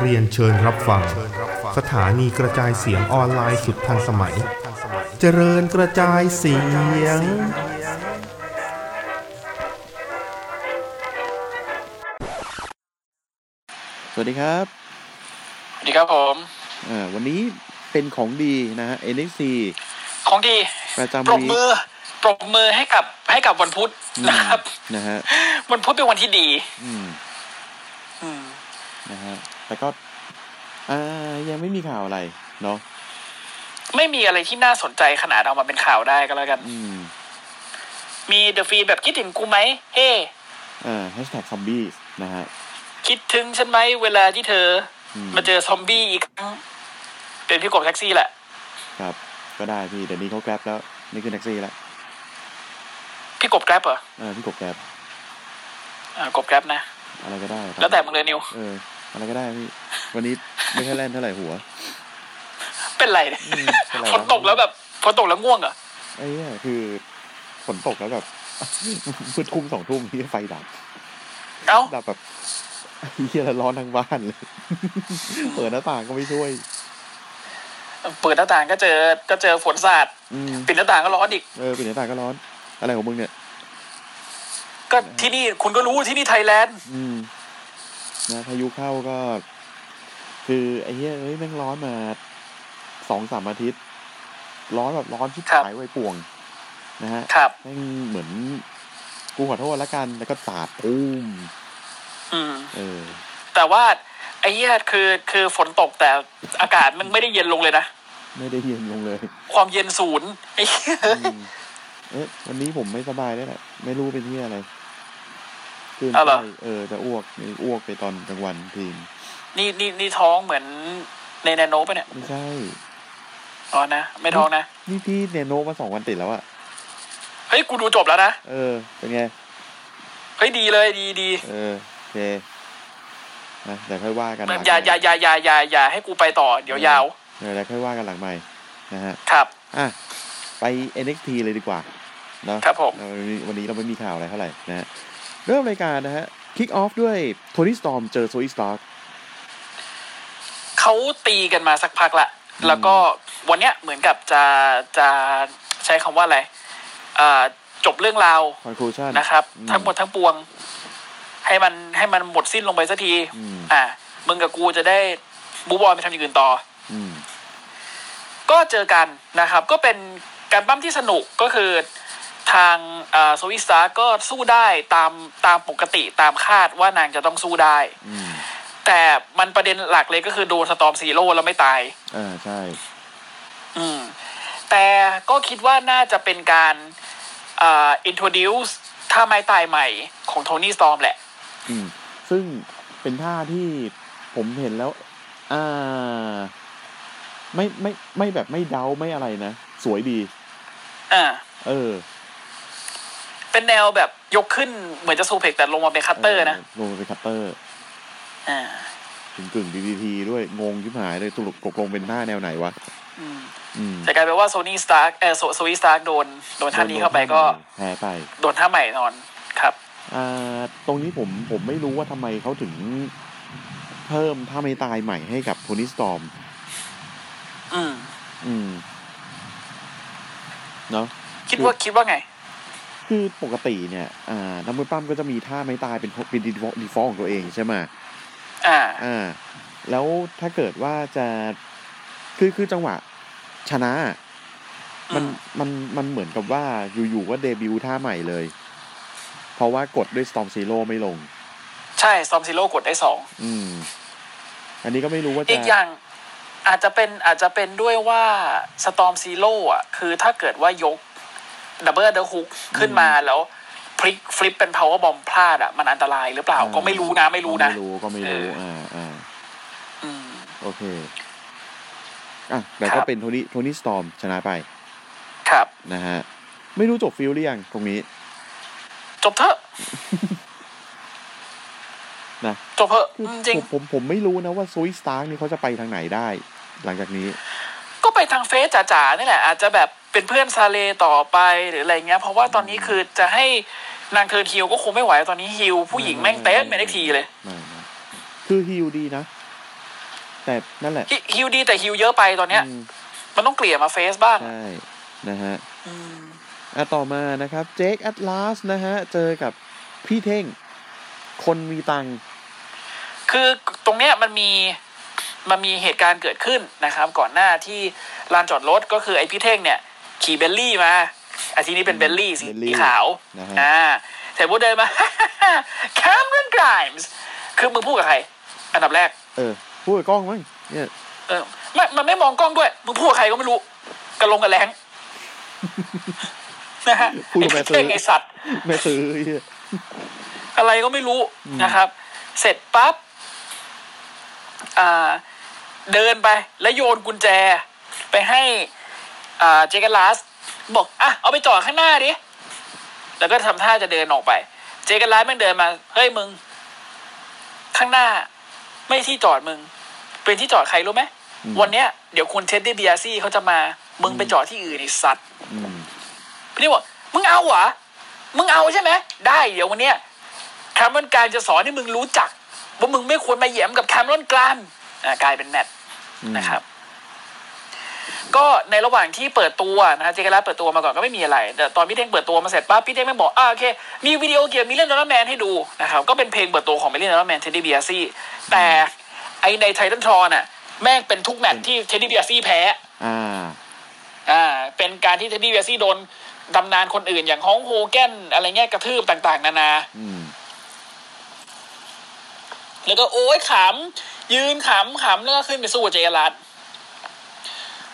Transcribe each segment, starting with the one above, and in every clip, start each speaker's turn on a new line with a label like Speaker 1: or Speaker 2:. Speaker 1: เรียนเชิญรับฟัง สถานีกระจายเสียงออนไลน์สุดทันสมัย เจริญกระจายเสียง
Speaker 2: สวัสดีครับ
Speaker 3: สวัสดีครับผม
Speaker 2: เอ่อวันนี้เป็นของดีนะฮะ NXT
Speaker 3: ของดี
Speaker 2: ประจำ
Speaker 3: ปรบ
Speaker 2: วีค
Speaker 3: มือปรบมือให้กับให้กับวันพุธนะครับ
Speaker 2: นะฮะ
Speaker 3: วันพุธเป็นวันที่ดี
Speaker 2: อืม
Speaker 3: อืม
Speaker 2: นะฮะ แต่ก็ อ่า ยังไม่มีข่าวอะไร เนาะ
Speaker 3: ไม่มีอะไรที่น่าสนใจขนาดเอามาเป็นข่าวได้ก็แล้วกัน
Speaker 2: อืม
Speaker 3: มีเดอะฟีแบบคิดถึงกูไหมเฮ้
Speaker 2: อ่าแฮชแท็กซอมบี้นะฮะ
Speaker 3: คิดถึงฉันไหมเวลาที่เธออ
Speaker 2: ม
Speaker 3: มาเจอซอมบี้อีกครั้ง เป็นพี่กบแท็กซี่แหละ
Speaker 2: ครับ ก็ได้พี่ เดี๋ยวนี้เขาแกร็บแล้ว นี่คือแท็กซี่แล้ว
Speaker 3: พี่กบแกร็บเหรอ
Speaker 2: เออพี่กบแกร็บ
Speaker 3: อ่ากบแกร็บนะ
Speaker 2: อะไรก็ได้ครับ
Speaker 3: แล้วแต่มึงเลยนิว
Speaker 2: เออ อะไรก็ได้พี่ วันนี้ไม่ค่อยแล่นเท่าไหร่หัว
Speaker 3: เป็นไรเนี่ย
Speaker 2: อืมเป็นไรวะ
Speaker 3: ฝนตกแล้วแบบฝนตกแล้วง่วงเหรอ
Speaker 2: ไอ้เนี่ยคือฝนตกแล้วแบบ มืดทุ่มสองทุ่มที่ไฟดับ
Speaker 3: เอ้า
Speaker 2: ดับแบบเฮียละร้อนทั้งบ้านเลย เปิดหน้าต่างก็ไม่ช่วย
Speaker 3: เปิดหน้าต่างก็เจอก็เจอฝนสาด
Speaker 2: อืม
Speaker 3: ปิดหน้าต่างก็ร้อนอีก
Speaker 2: เออปิดหน้าต่างก็ร้อน อะไรของมึงเนี่ย
Speaker 3: ก็ที่นี่คุณก็รู้ที่นี่ไทยแลนด์
Speaker 2: อืมนะพายุเข้าก็ คือไอ้เฮียเอ้ยแม่งร้อนมาสองสามอาทิตย์ ร้อนแบบร้อนชิบ
Speaker 3: ครับ
Speaker 2: หายไว้ป่วง นะฮะ
Speaker 3: ครับ
Speaker 2: แม่งเหมือน กูขอโทษละกันแล้วก็สาดปุ้ม
Speaker 3: อืม
Speaker 2: เออ
Speaker 3: แต่ว่าไอ้เหี้ยคือคือฝนตกแต่อากาศมันไม่ได้เย็นลงเลยนะ
Speaker 2: ไม่ได้เย็นลง เลย
Speaker 3: ความเย็นศูนย์ไอ้เหี้ย
Speaker 2: อืมเอ๊ะวันนี้ผมไม่สบายด้วยแหละไม่รู้เป็นที่อะไรคืน
Speaker 3: าวเหรอ
Speaker 2: ไส้เออจะอ้วกนี่อ้วกไปตอนกลางวันทีม
Speaker 3: นี่นี่นี่ท้องเหมือนในแนโนปะเนี่ย
Speaker 2: ไม่ใช่
Speaker 3: อ๋อนะไม่ท้องนะ
Speaker 2: นี่พี่เนโนมาสองวันติดแล้วอะ
Speaker 3: เฮ้ยกูดูจบแล้วนะ
Speaker 2: เออ เป็นไง
Speaker 3: เฮ้ยดีเลยดีดี
Speaker 2: เออโอเคนะเดี๋ยวค่อยว่ากันห
Speaker 3: มั
Speaker 2: ลั
Speaker 3: น
Speaker 2: ง
Speaker 3: อย่าอย่าอย่าอย่าอย่าอย่าให้กูไปต่อเดี๋ยวยาว
Speaker 2: เออเดี๋ยวค่อยว่ากันหลังใหม่นะฮะ
Speaker 3: ครับ
Speaker 2: อ่ะไป NXT เลยดีกว่าเนาะ
Speaker 3: ครับผม
Speaker 2: เออวันนี้วันนี้เราไม่มีข่าวอะไรเท่าไหร่นะฮะเริ่มรายการนะฮะคิกออฟด้วยโทนี่สตอมเจอโซอีสตาร์
Speaker 3: เขาตีกันมาสักพักละ แล้วก็วันเนี้ยเหมือนกับจะจะใช้คำว่าอะไรอ่าจบเรื่องราว
Speaker 2: คอนคลูชัน
Speaker 3: นะครับ
Speaker 2: อืม
Speaker 3: ทั้งหมดทั้งปวง ให้มันให้มันหมดสิ้นลงไปสักที
Speaker 2: อืม
Speaker 3: อ่ะมึงกับกูจะได้บูบอยไปทำอย่างอื่นต่อ
Speaker 2: อืม
Speaker 3: ก็เจอกันนะครับ ก็เป็นการปั้มที่สนุกก็คือทางโซวิสตาก็สู้ได้ตามตามปกติตามคาดว่านางจะต้องสู้ได้
Speaker 2: อืม
Speaker 3: แต่มันประเด็นหลักเลยก็คือโดนสตอมซีโร่แล้วไม่ตาย
Speaker 2: อ่าใช่
Speaker 3: อืม แต่ก็คิดว่าน่าจะเป็นการอ่า introduce ถ้าไม้ตายใหม่ของโทนี่สตอมแหละ
Speaker 2: อืม ซึ่งเป็นท่าที่ผมเห็นแล้ว อ่า ไม่ไม่ไม่แบบไม่เดาไม่อะไรนะ สวยดี
Speaker 3: อ่า
Speaker 2: เออ
Speaker 3: เป็นแนวแบบยกขึ้นเหมือนจะซูเพกแต่ลงมาเป็นคัตเตอร์นะ
Speaker 2: ลงไปเป็นคัตเตอร์
Speaker 3: อ่าก
Speaker 2: ึ่งกึ่งดีดีทีด้วย งงชิบหายเลยตกลงตกลงเป็นท่าแนวไหนวะ
Speaker 3: อืม
Speaker 2: อืม
Speaker 3: แต่กลายเป็นว่าโซนี่สตาร์เออโซโซนี่สตาร์โดนโดนท่านี้เข้าไปก็
Speaker 2: แพ้ไป
Speaker 3: โดนท่าใหม่นอนครับ
Speaker 2: อ่า ตรงนี้ผมผมไม่รู้ว่าทำไมเขาถึง เพิ่มท่าไม่ตายใหม่ให้กับโทนี่สตอม
Speaker 3: อืม
Speaker 2: อืม เนาะ
Speaker 3: คิดว่าคิดว่าไง
Speaker 2: คือปกติเนี่ย อ่านักมวยปล้ำก็จะมีท่าไม้ตายเป็นเป็นดีฟอลของตัวเองใช่ไหม
Speaker 3: อ่า
Speaker 2: อ่า แล้วถ้าเกิดว่าจะ คือคือจังหวะ ชนะ มัน
Speaker 3: อืม
Speaker 2: มัน มันเหมือนกับว่า อยู่ๆก็เดบิวต์ท่าใหม่เลย เพราะว่ากดด้วย Storm Zero ไม่ลง
Speaker 3: ใช่ซอมซิโร่กดได้สอง
Speaker 2: อืม อันนี้ก็ไม่รู้ว่าจะ
Speaker 3: อีกอย่างอาจจะเป็นอาจจะเป็นด้วยว่าสตอมซีโร่อ่ะ คือถ้าเกิดว่ายกดับเบิลเดอร์ฮุกขึ้นมาแล้วพลิกฟลิปเป็นพาวเวอร์บอมพลาดอ่ะ มันอันตรายหรือเปล่า
Speaker 2: อ่า
Speaker 3: ก็ไม่รู้นะไม่รู้นะ
Speaker 2: ก็ไม่รู้ก็ไม่รู้
Speaker 3: เอออ่
Speaker 2: อ่า อ่า
Speaker 3: อืม
Speaker 2: โอเค อ่ะ แต่
Speaker 3: ครั
Speaker 2: ก็
Speaker 3: บ
Speaker 2: เป็นโทนี่ โทนี่สตอมชนะไป
Speaker 3: ครับ
Speaker 2: นะฮะ ไม่รู้จบฟิลหรือยังตรงนี้
Speaker 3: จบเถอะ
Speaker 2: นะ
Speaker 3: จบเถอะ
Speaker 2: คือผม
Speaker 3: จริง
Speaker 2: ผมผมไม่รู้นะว่าซุยสตาร์นี่เขาจะไปทางไหนได้ หลังจากนี้
Speaker 3: ๆก็ไปทางเฟซจ๋าๆนี่แหละอาจจะแบบเป็นเพื่อนซาเลต่อไปหรืออะไรเงี้ย เพราะว่าตอนนี้คือจะให้ นางเทิร์นฮิลก็คงไม่ไหวตอนนี้ฮิลผู้หญิงแม่งเต้นไม่ได้ทีเลย
Speaker 2: ไม่ไม่คือฮิลดีนะ แต่นั่นแหละ
Speaker 3: ฮิฮิลดีแต่ฮิลเยอะไปตอนเนี้ย
Speaker 2: อืม
Speaker 3: มันต้องเกลี่ยมาเฟสบ้าง
Speaker 2: ใช่นะฮะ
Speaker 3: อืม
Speaker 2: อ่ะต่อมานะครับเจคแอตลาสนะฮะ เจอกับพี่เท่ง คนมีตังค์
Speaker 3: คือตรงเนี้ยมันมีมันมีเหตุการณ์เกิดขึ้นนะครับ ก่อนหน้าที่ลานจอดรถก็คือไอพี่เท่งเนี่ย ขี่เบลลี่มาอาทีนี้เป็นเบลลี่สีขาว
Speaker 2: นะฮะ
Speaker 3: อ่าเสร็จปุ๊บเดินมา แคมเรนไกรมส์คือมึงพูดกับใคร อันดับแรก
Speaker 2: เออ พูดกับกล้องมั้งเนี่ย
Speaker 3: เออไม่มันไม่มองกล้องด้วย มึงพูดกับใครก็ไม่รู้กันลงกันแรง นะฮะ
Speaker 2: พูดกับแม่
Speaker 3: ไอ้
Speaker 2: ซื้อ
Speaker 3: เท่งไอสัตว์
Speaker 2: ไม่ซื้อไอ้เหี้ย
Speaker 3: อะไรก็ไม่รู้
Speaker 2: อืม
Speaker 3: นะครับ เสร็จปั๊บอ่าเดินไปแล้วโยนกุญแจ ไปให้อ่าเจคแอนลาส บอกอ่ะเอาไปจอดข้างหน้าดิแล้วก็ทำท่าจะเดินออกไป เจคแอนลาสแม่งเดินมา เฮ้ยมึง ข้างหน้า ไม่ที่จอดมึง เป็นที่จอดใครรู้ไหม
Speaker 2: อืม
Speaker 3: วันเนี้ยเดี๋ยวคุณเท็ดดี้เบียซี่เขาจะมา มึงไปจอดที่อื่นไอ้สัตว์
Speaker 2: อืม
Speaker 3: พี่นี่บอกมึงเอาเหรอ มึงเอาใช่ไหม ได้เดี๋ยววันเนี้ยแคมรอนกรามจะสอนให้มึงรู้จัก ว่ามึงไม่ควรมาเหยียมกับแคมรอนกรามอ่ากลายเป็นแมตช์นะครับ ก็ในระหว่างที่เปิดตัวนะฮะเจคลาเปิดตัวมาก่อนก็ไม่มีอะไร แต่ตอนพี่เท่งเปิดตัวมาเสร็จปั๊บพี่เท่งไม่งบอกอ่าโอเค มีวิดีโอเกี่ยวมีเล่นดอลลาร์แมนให้ดูนะครับ ก็เป็นเพลงเปิดตัวของเมลี่ดอลลาร์แมนเทดดี้เบียซี่แต่ไอในไททันทรอนอ่ะ แม่งเป็นทุกแมตช์ที่เทดดี้เบียซี่แพ้
Speaker 2: อ่า
Speaker 3: อ่าเป็นการที่เทดดี้เวสซี่โดนตำนานคนอื่นอย่างฮองโฮแกนอะไรเงี้ยกระทืบต่างๆ นานา
Speaker 2: อืม
Speaker 3: แล้วก็โอ้ยขำ ยืนขำขำแล้วก็ขึ้นไปสู้กับเจรัต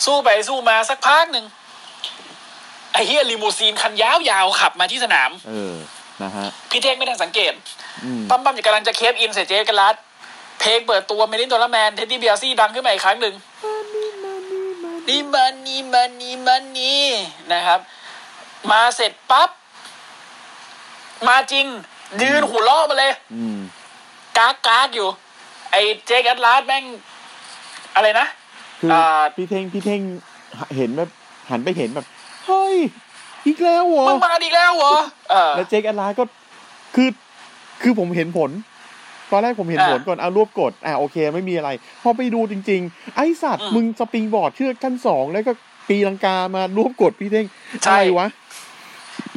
Speaker 3: สู้ไปสู้มาสักพักหนึ่งไอ้เฮียลิมูซีนคันยาวๆขับมาที่สนาม
Speaker 2: เออ นะฮะ
Speaker 3: พี่เท่งไม่ทันสังเกต
Speaker 2: อืม
Speaker 3: ปั๊มปั๊มๆอยู่กำลังจะเคฟอินใส่เจกันรัตเพลงเปิดตัวเมลินโดลแมนเท็ดดี้เบียซี่ดังขึ้นมาอีกครั้งหนึ่งนี่มันนี่มันนี่มันนี่นะครับ มาเสร็จปั๊บ มาจริง ยืนหูล้อมาเลย
Speaker 2: อืม
Speaker 3: กากกากอยู่ ไอ้เจกันรัตแม่ง อะไรนะ
Speaker 2: คือ
Speaker 3: อ่า
Speaker 2: พี่เท่งพี่เท่งเห็นแบบหันไปเห็นแบบ เฮ้ย อีกแล้วเหรอ
Speaker 3: มึงมาอีกแล้วเหรอเออ
Speaker 2: แล้วเจคแอนลาก็คือคือผมเห็นผล ตอนแรกผมเห็น
Speaker 3: อ่า
Speaker 2: ผลก่อนเอารวบกด อ่าโอเคไม่มีอะไร พอไปดูจริง ๆ ไอสัตว์
Speaker 3: อืม
Speaker 2: มึงสปริงบอร์ดเชือกขั้นสองแล้วก็ปีลังกามารวบกดพี่เท่ง
Speaker 3: ใช่
Speaker 2: อะไรวะ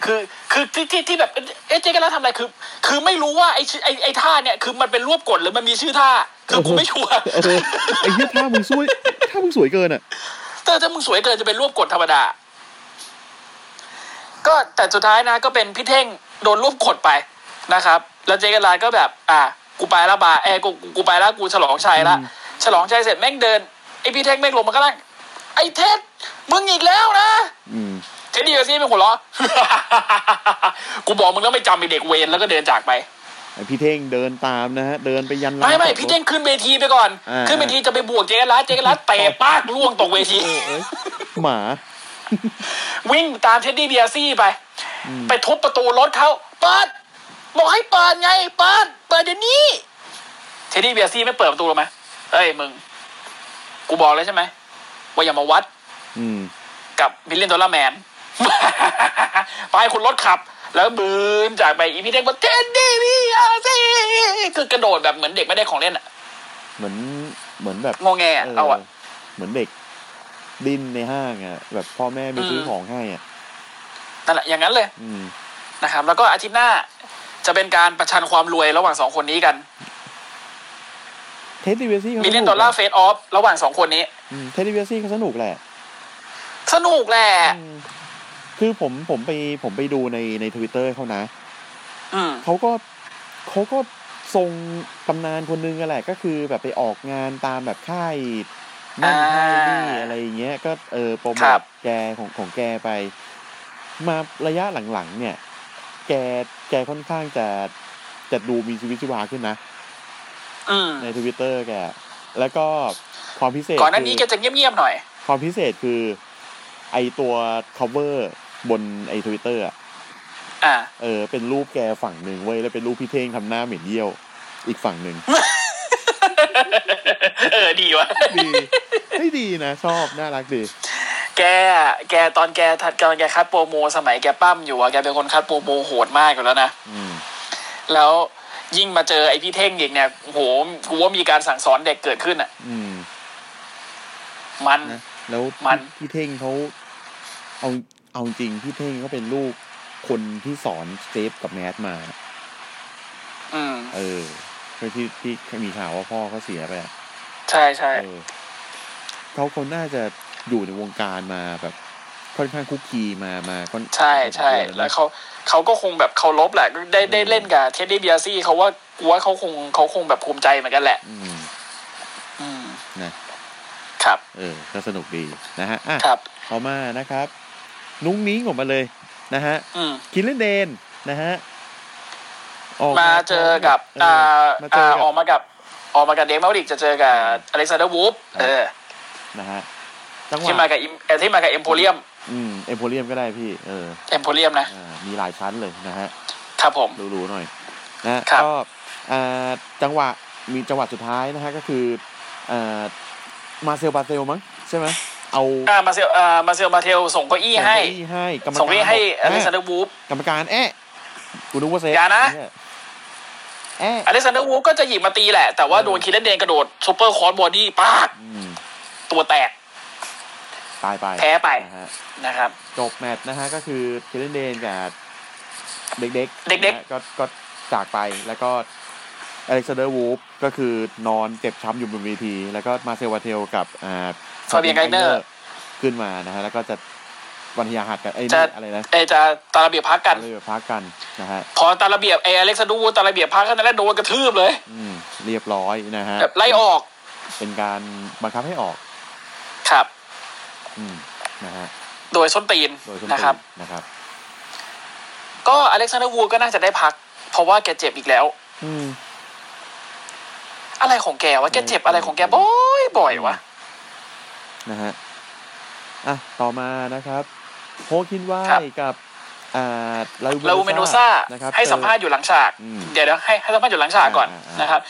Speaker 3: คือคือที่ที่ที่แบบเอ๊ะเจ๊กันแล้วทำอะไรคือ คือไม่รู้ว่าไอ้ชื่อไอ้ไอ้ท่าเนี่ยคือมันเป็นรวบกดหรือมันมีชื่อท่า คือกูไม่ชัวร์
Speaker 2: เออไอ้เหี้ยท่ามึงสวยท่ามึงสวยเกินอ่ะ
Speaker 3: แต่ถ้ามึงสวยเกินจะเป็นรวบกดธรรมดา ก็แต่สุดท้ายนะก็เป็นพี่เท่งโดนรวบกดไปนะครับ แล้วเจกันลานก็แบบ อ่ะกูไปละบาเอยกูกูไปละกูฉลองชัยละ
Speaker 2: อืม
Speaker 3: ฉลองชัยเสร็จแม่งเดินไอพี่เท่งแม่งลงมาก็ล่างไอเท็ดมึงอีกแล้วนะ
Speaker 2: อืม
Speaker 3: เท็ดดี้เอลซี่เป็นหัวเราะ กูบอกมึงแล้วไม่จำไอเด็กเวรแล้วก็เดินจากไป
Speaker 2: ไอพี่เท่งเดินตามนะฮะ เดินไปยันร้าน
Speaker 3: ไม่ไม่
Speaker 2: จอดรถ
Speaker 3: พี่เท่งขึ้นเวทีไปก่อน
Speaker 2: อ่า
Speaker 3: ขึ้นเวทีจะไปบวกเจกันลานเจกันลานเตะปากล่วงตกเวที
Speaker 2: เออเอ้ยหมา
Speaker 3: วิ่งตามเท็ดดี้เบียร์ซี่ไป ไปทุบประตูรถเขาเปิดบอกให้เปิดไงเปิดเปิดเดี๋ยวนี้ เท็ดดี้เบียร์ซี่ไม่เปิดประตูหรอไหมเอ้ยมึง กูบอกแล้วใช่ไหมว่าอย่ามาวัด
Speaker 2: อืม
Speaker 3: กับบิลเลนดอลลาร์แมน ไปคุณรถขับ แล้วบืนจากไปอีพีเด็กบอกเท็ดดี้เบียร์ซี่คือกระโดดแบบเหมือนเด็กไม่ได้ของเล่นอะ
Speaker 2: เหมือนเหมือนแบบ
Speaker 3: งงแงอะเอาอะ
Speaker 2: เหมือนเด็ก ดินในห้างอ่ะ แบบพ่อแม่ไปซื้อ
Speaker 3: ม
Speaker 2: ของให้อ่ะ
Speaker 3: นั่นแหละอย่างนั้นเลย
Speaker 2: อืม
Speaker 3: นะครับแล้วก็อาทิตย์หน้าจะเป็นการประชันความรวยระหว่างสองคนนี้กัน
Speaker 2: เทสติเวซี่เขา
Speaker 3: มิล
Speaker 2: ส
Speaker 3: เลน
Speaker 2: นุ
Speaker 3: ด
Speaker 2: ก
Speaker 3: อลลาร์เฟสออฟระหว่างสองคนนี้
Speaker 2: เทสติเวซี่เขาสนุกแหละ
Speaker 3: สนุกแหละ
Speaker 2: อืมคือผมผมไปผมไปดูในในทวิตเตอร์เขานะ
Speaker 3: อืม
Speaker 2: เขาก็เขาก็ทรงตำนานคนนึงอะแหละ ก็คือแบบไปออกงานตามแบบค่ายนั่น
Speaker 3: อ่า
Speaker 2: ค่ายนี่อะไรอย่างเงี้ย ก็เออโปรโม
Speaker 3: ครั
Speaker 2: ท
Speaker 3: บ
Speaker 2: แกของของแกไป มาระยะหลังๆเนี่ย แกแกค่อนข้างจะจะดูมีชีวิตชีวาขึ้นนะ
Speaker 3: อืม
Speaker 2: ในทวิตเตอร์แก แล้วก็ความพิเศษ
Speaker 3: ก่อนหน้านี้
Speaker 2: คื
Speaker 3: แกจะเงียบๆหน่อย
Speaker 2: ความพิเศษคือ ไอตัว cover บนไอทวิตเตอร์
Speaker 3: อ่า
Speaker 2: เออ เป็นรูปแกฝั่งหนึ่งเว้ย แล้วเป็นรูปพี่เท่งทำหน้าเหม็นเยี่ยว อีกฝั่งหนึ่ง
Speaker 3: เออ ดีวะ
Speaker 2: ดีไม่ดีนะ ชอบ น่ารักดี
Speaker 3: แกอะแกตอนแกทัดตอนแกคัดโปรโม สมัยแกปั้มอยู่อะแกเป็นคนคัดโปรโมโหดมากอยู่แล้วนะ
Speaker 2: อืม
Speaker 3: แล้วยิ่งมาเจอไอ้พี่เท่งอีกเนี่ยโหกูว่ามีการสั่งสอนเด็กเกิดขึ้นอ่ะ
Speaker 2: อืม
Speaker 3: มัน
Speaker 2: นะแล้ว
Speaker 3: มัน
Speaker 2: พี่เท่งเขาเอาเอาจริงพี่เท่งเขาเป็นลูกคนที่สอนเซฟกับแมสมา
Speaker 3: อืม
Speaker 2: เออคือที่ที่มีข่าวว่าพ่อเขาเสียไปอะ
Speaker 3: ใช่ใช่
Speaker 2: เออเขาคนน่าจะอยู่ในวงการมาแบบค่อนข้างคุกคีมามาค่อน
Speaker 3: ใช่ใช่แล้วเขาเขาก็คงแบบเคารพแหละได้ได้เล่นกับเท็ดดี้เบียซี่เขาว่ากูว่าเขาคงเขาคงแบบภูมิใจเหมือนกันแหละ
Speaker 2: อืม
Speaker 3: อืม
Speaker 2: นะ
Speaker 3: ครับ
Speaker 2: เออก็สนุกดีนะฮะอ่ะ
Speaker 3: ครับ
Speaker 2: ต่อมานะครับ นุ้งนิ้งออกมาเลยนะฮะ
Speaker 3: อืม
Speaker 2: คิลเลนเดนนะฮะ
Speaker 3: มาเจอกับ
Speaker 2: เอ
Speaker 3: อ่า
Speaker 2: อมาเจ
Speaker 3: อ่า
Speaker 2: อ
Speaker 3: อ
Speaker 2: กั
Speaker 3: อบ กมากับออกมากับเดมเมลดิกจะเจอกับอเล็กซานเดอร์วูฟ
Speaker 2: ครับ
Speaker 3: เออ
Speaker 2: นะฮะจังห
Speaker 3: ที่มาว
Speaker 2: ะ
Speaker 3: กับ Im- เอ่อที่มากับเอ็มโพเรียม
Speaker 2: อืมเอ็มโพเรียมก็ได้พี่ เออ
Speaker 3: เอ็มโพเรียมนะ
Speaker 2: อ่ามีหลายชั้นเลยนะฮะ
Speaker 3: ครับผม
Speaker 2: หรูๆหน่อยนะฮะ
Speaker 3: ครับ
Speaker 2: ก็อ่าจังหวะมีจังหวะสุดท้ายนะฮะก็คืออ่ามาเซลบาเซลมั้งใช่ไหมเอา
Speaker 3: ่ามาเซลอ่ามาเซลมาเทลส่งเก้าอี้ให้
Speaker 2: ส่งเก้าอี้ให้กรรมการ
Speaker 3: ส่งเก้าอี้ให้อเล็กซานเด
Speaker 2: แอะ
Speaker 3: อร์วูฟ
Speaker 2: กรรมการแอะกูนึกว่าเซฟ
Speaker 3: อย่านะ
Speaker 2: เยแอะ
Speaker 3: อเล็กซานเดอร์วูฟก็จะหยิบมาตีแหละ แต่ว่าโดนคิลเลนเดนกระโดดซูเปอร์คอร์สบอดี้ปาก
Speaker 2: อืม
Speaker 3: ตัวแตก
Speaker 2: ตายไป
Speaker 3: แพ้ไป
Speaker 2: นะฮะ
Speaker 3: นะครับ
Speaker 2: จบแมตช์นะฮะก็คือเคเลนเดนกับเด็กๆ
Speaker 3: เด็กๆ
Speaker 2: นะฮะก็ก็จากไปแล้วก็อเล็กซานเดอร์วูฟก็คือนอนเจ็บช้ำอยู่บนเวที แล้วก็มาเซลวาเทลกับอ่า
Speaker 3: ฟาเบียนไกเนอร์
Speaker 2: ขึ้นมานะฮะแล้วก็จะวันทยาหัดกันไอ้ย
Speaker 3: จะ
Speaker 2: นี่อะไรนะ
Speaker 3: เอยจะตามระเบียบพักกัน
Speaker 2: เลยแบบพักกันนะฮะ
Speaker 3: พอตามระเบียบไออเล็กซานเดอร์วูฟตามระเบียบพักกันนั่นแหละโดนกระทืบเลย
Speaker 2: อืมเรียบร้อยนะฮะ
Speaker 3: แบบไล่ออก
Speaker 2: เป็นการบังคับให้ออก
Speaker 3: ครับ
Speaker 2: อืมนะฮะ
Speaker 3: โดยส้นตีน
Speaker 2: โดยสม
Speaker 3: นะครับ
Speaker 2: นะครับ
Speaker 3: ก็อเล็กซานเดอร์วูดก็น่าจะได้พัก เพราะว่าแกเจ็บอีกแล้ว
Speaker 2: อืม
Speaker 3: อะไรของแกวะแกเจ็บอะไรของแกบ่อยบ่อยวะ
Speaker 2: นะฮะ อ่ะ ต่อมานะครับ โฮคินไว่ายกับ อ่าลา
Speaker 3: ลาอู
Speaker 2: อู
Speaker 3: เมนูซ่า
Speaker 2: นะครับ
Speaker 3: ให้
Speaker 2: เจอ
Speaker 3: สัมภาษณ์อยู่หลังฉาก
Speaker 2: อืม
Speaker 3: เดี๋ยวเดี๋ยวให้ให้สัมภาษณ์อยู่หลังฉากก่อน
Speaker 2: อ่าอ่า
Speaker 3: นะครับ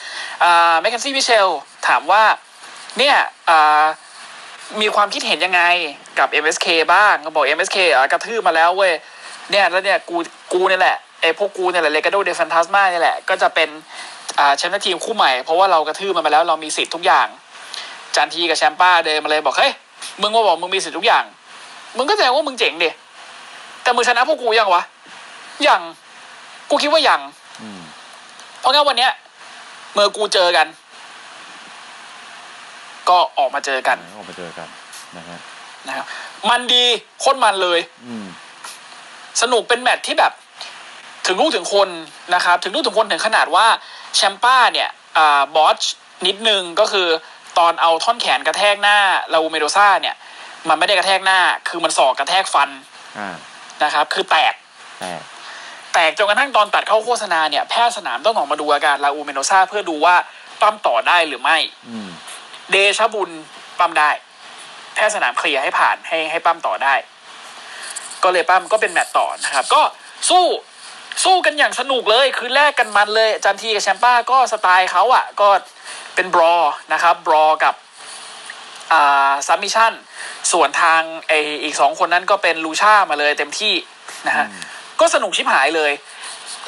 Speaker 3: แมคเคนซี่มิเชลถามว่า เนี่ยอ่ามีความคิดเห็นยังไงกับ MSK บ้างก็บอก MSK อ่ะกระทืบมาแล้วเว้ยเนี่ยแล้วเนี่ยกูกูเนี่ยแหละไอ้พวกกูเนี่ยแหละเลกาโดเดฟันทัสมาเนี่ยแหละ ก็จะเป็นอ่าแชมป์ทีมคู่ใหม่ เพราะว่าเรากระทืบมันมาแล้วเรามีสิทธิ์ทุกอย่าง จันทีกับแชมป้าเดินมาเลยบอกเฮ้ยมึงมาบอกมึงมีสิทธิ์ทุกอย่าง มึงก็แสดงว่ามึงเจ๋งดิแต่มึงชนะพวกกูยังวะยังกูคิดว่ายัง
Speaker 2: อืม
Speaker 3: เพราะงั้นวันเนี้ยเมื่อกูเจอกัน ก็ออกมาเจอกัน
Speaker 2: ออกมาเจอกัน นะฮะ
Speaker 3: นะครับมันดีโคตรมันเลย
Speaker 2: อืม
Speaker 3: สนุกเป็นแมตช์ที่แบบ ถึงลูกถึงคนนะครับ ถึงลูกถึงคนถึงขนาดว่าแชมป้าเนี่ยอ่าบอชนิดนึงก็คือตอนเอาท่อนแขนกระแทกหน้าลาอูเมโดซ่าเนี่ย มันไม่ได้กระแทกหน้า คือมันสอกกระแทกฟัน
Speaker 2: อ่า
Speaker 3: นะครับ คือแตก
Speaker 2: แต่
Speaker 3: แตกจนกระทั่งตอนตัดเข้าโฆษณาเนี่ยแพทย์สนามต้องออกมาดูอาการลาอูเมโนซาเพื่อดูว่าปั๊มต่อได้หรือไม่
Speaker 2: อืม
Speaker 3: เดชะบุญปั๊มได้ แพทย์สนามเคลียร์ให้ผ่านให้ให้ปั๊มต่อได้ ก็เลยปั๊มก็เป็นแมตต์ต่อนะครับ ก็สู้สู้กันอย่างสนุกเลยคือแลกกันมันเลย จันทีกับแชมป้าก็สไตล์เขาอะ่ะ ก็เป็นบรอนะครับบรอกับอ่าซัมมิชันส่วนทางไออีกสองคนนั้นก็เป็นลูชามาเลยเต็มที่นะฮะก็สนุกชิบหายเลย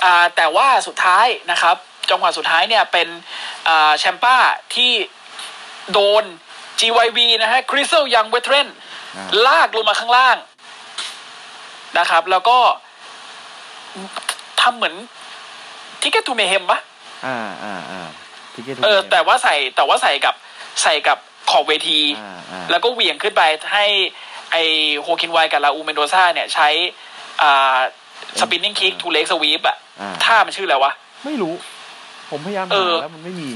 Speaker 3: อ่าแต่ว่าสุดท้ายนะครับ จังหวะสุดท้ายเนี่ยเป็นอ่าแชมป้าที่โดน GYV นะฮะคริสเซลยังเวทเทรน
Speaker 2: อ่า
Speaker 3: ลากลงมาข้างล่างนะครับ แล้วก็ทำเหมือนทิกเก็ตทูเมเฮมปะ
Speaker 2: อ่า อ่า อ่าทิกเก็ต
Speaker 3: เออ แต่ว่าใส่แต่ว่าใส่กับใส่กับขอบเวที
Speaker 2: อ่า อ่า
Speaker 3: แล้วก็เหวี่ยงขึ้นไปให้ไอโฮคินไวกับลาอูเมนโดซาเนี่ยใช้อ่าสปินนิ่งคิกทูเลกสวีปอะ
Speaker 2: อ่า
Speaker 3: ท่ามันชื่ออะไรวะ
Speaker 2: ไม่รู้ ผมพยายาม
Speaker 3: เอ
Speaker 2: หา
Speaker 3: อ
Speaker 2: แล้วมันไม่มี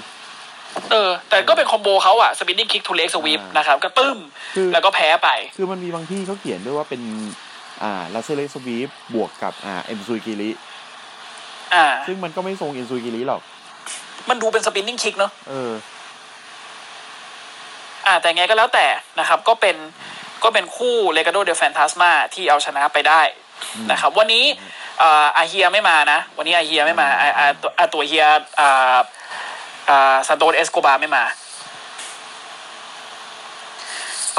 Speaker 3: เออ แต่ก็เป็นคอมโบเขาอะสปินนิ่งคิกทูเล็กสวีป
Speaker 2: อ่าน
Speaker 3: นะครับ ก็ตึ้ม
Speaker 2: คือ
Speaker 3: แล้วก็แพ้ไป
Speaker 2: คือมันมีบางที่เขาเขียนด้วยว่าเป็น อ่าลาเซเลสวีฟบวกกับ อ่า เอ็มซูกิริ
Speaker 3: อ่า
Speaker 2: ซึ่งมันก็ไม่ทรงเอ็มซูกิริหรอก
Speaker 3: มันดูเป็นสปินนิ่งคิกเนอะ
Speaker 2: เออ
Speaker 3: อ่า แต่ไงก็แล้วแต่นะครับ ก็เป็นก็เป็นคู่เลกาโดเดลแฟนทาสมาที่เอาชนะไปได้นะครับ วันนี้อ่าอาเฮียไม่มานะ วันนี้อาเฮียไม่มาอาอาตัวอาตัวเฮียอ่าอ่าซานโตสเอสโกบาร์ไม่มา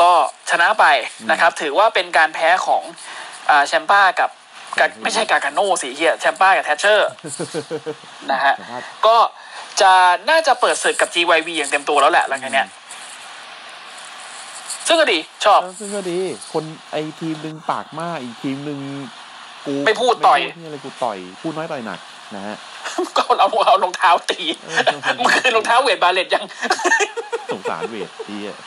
Speaker 3: ก็ชนะไปนะครับ ถือว่าเป็นการแพ้ของอ่าแชมป้ากับกับไม่ใช่กากาโน่สิเฮียแชมป้ากับแทชเช อร์ นะฮะ ก็จะน่าจะเปิดศึกกับ GYV อย่างเต็มตัวแล้วแหละหลังจากเนี้ย ซึ่งก็ดีชอบ
Speaker 2: ซึ่งก็ดี คนไอทีมหนึ่งปากมากอีกทีมหนึ่งกู
Speaker 3: ไม่พูดต่อย
Speaker 2: ไม่พูนี่อะไรกูต่อย พูดน้อยต่อยหนักนะฮะ
Speaker 3: ก็เอาเอารองเท้าตี
Speaker 2: เออ
Speaker 3: เมื่อคืนรองเท้าเวทบาเลตยัง
Speaker 2: สงสารเวทดีอ่ะ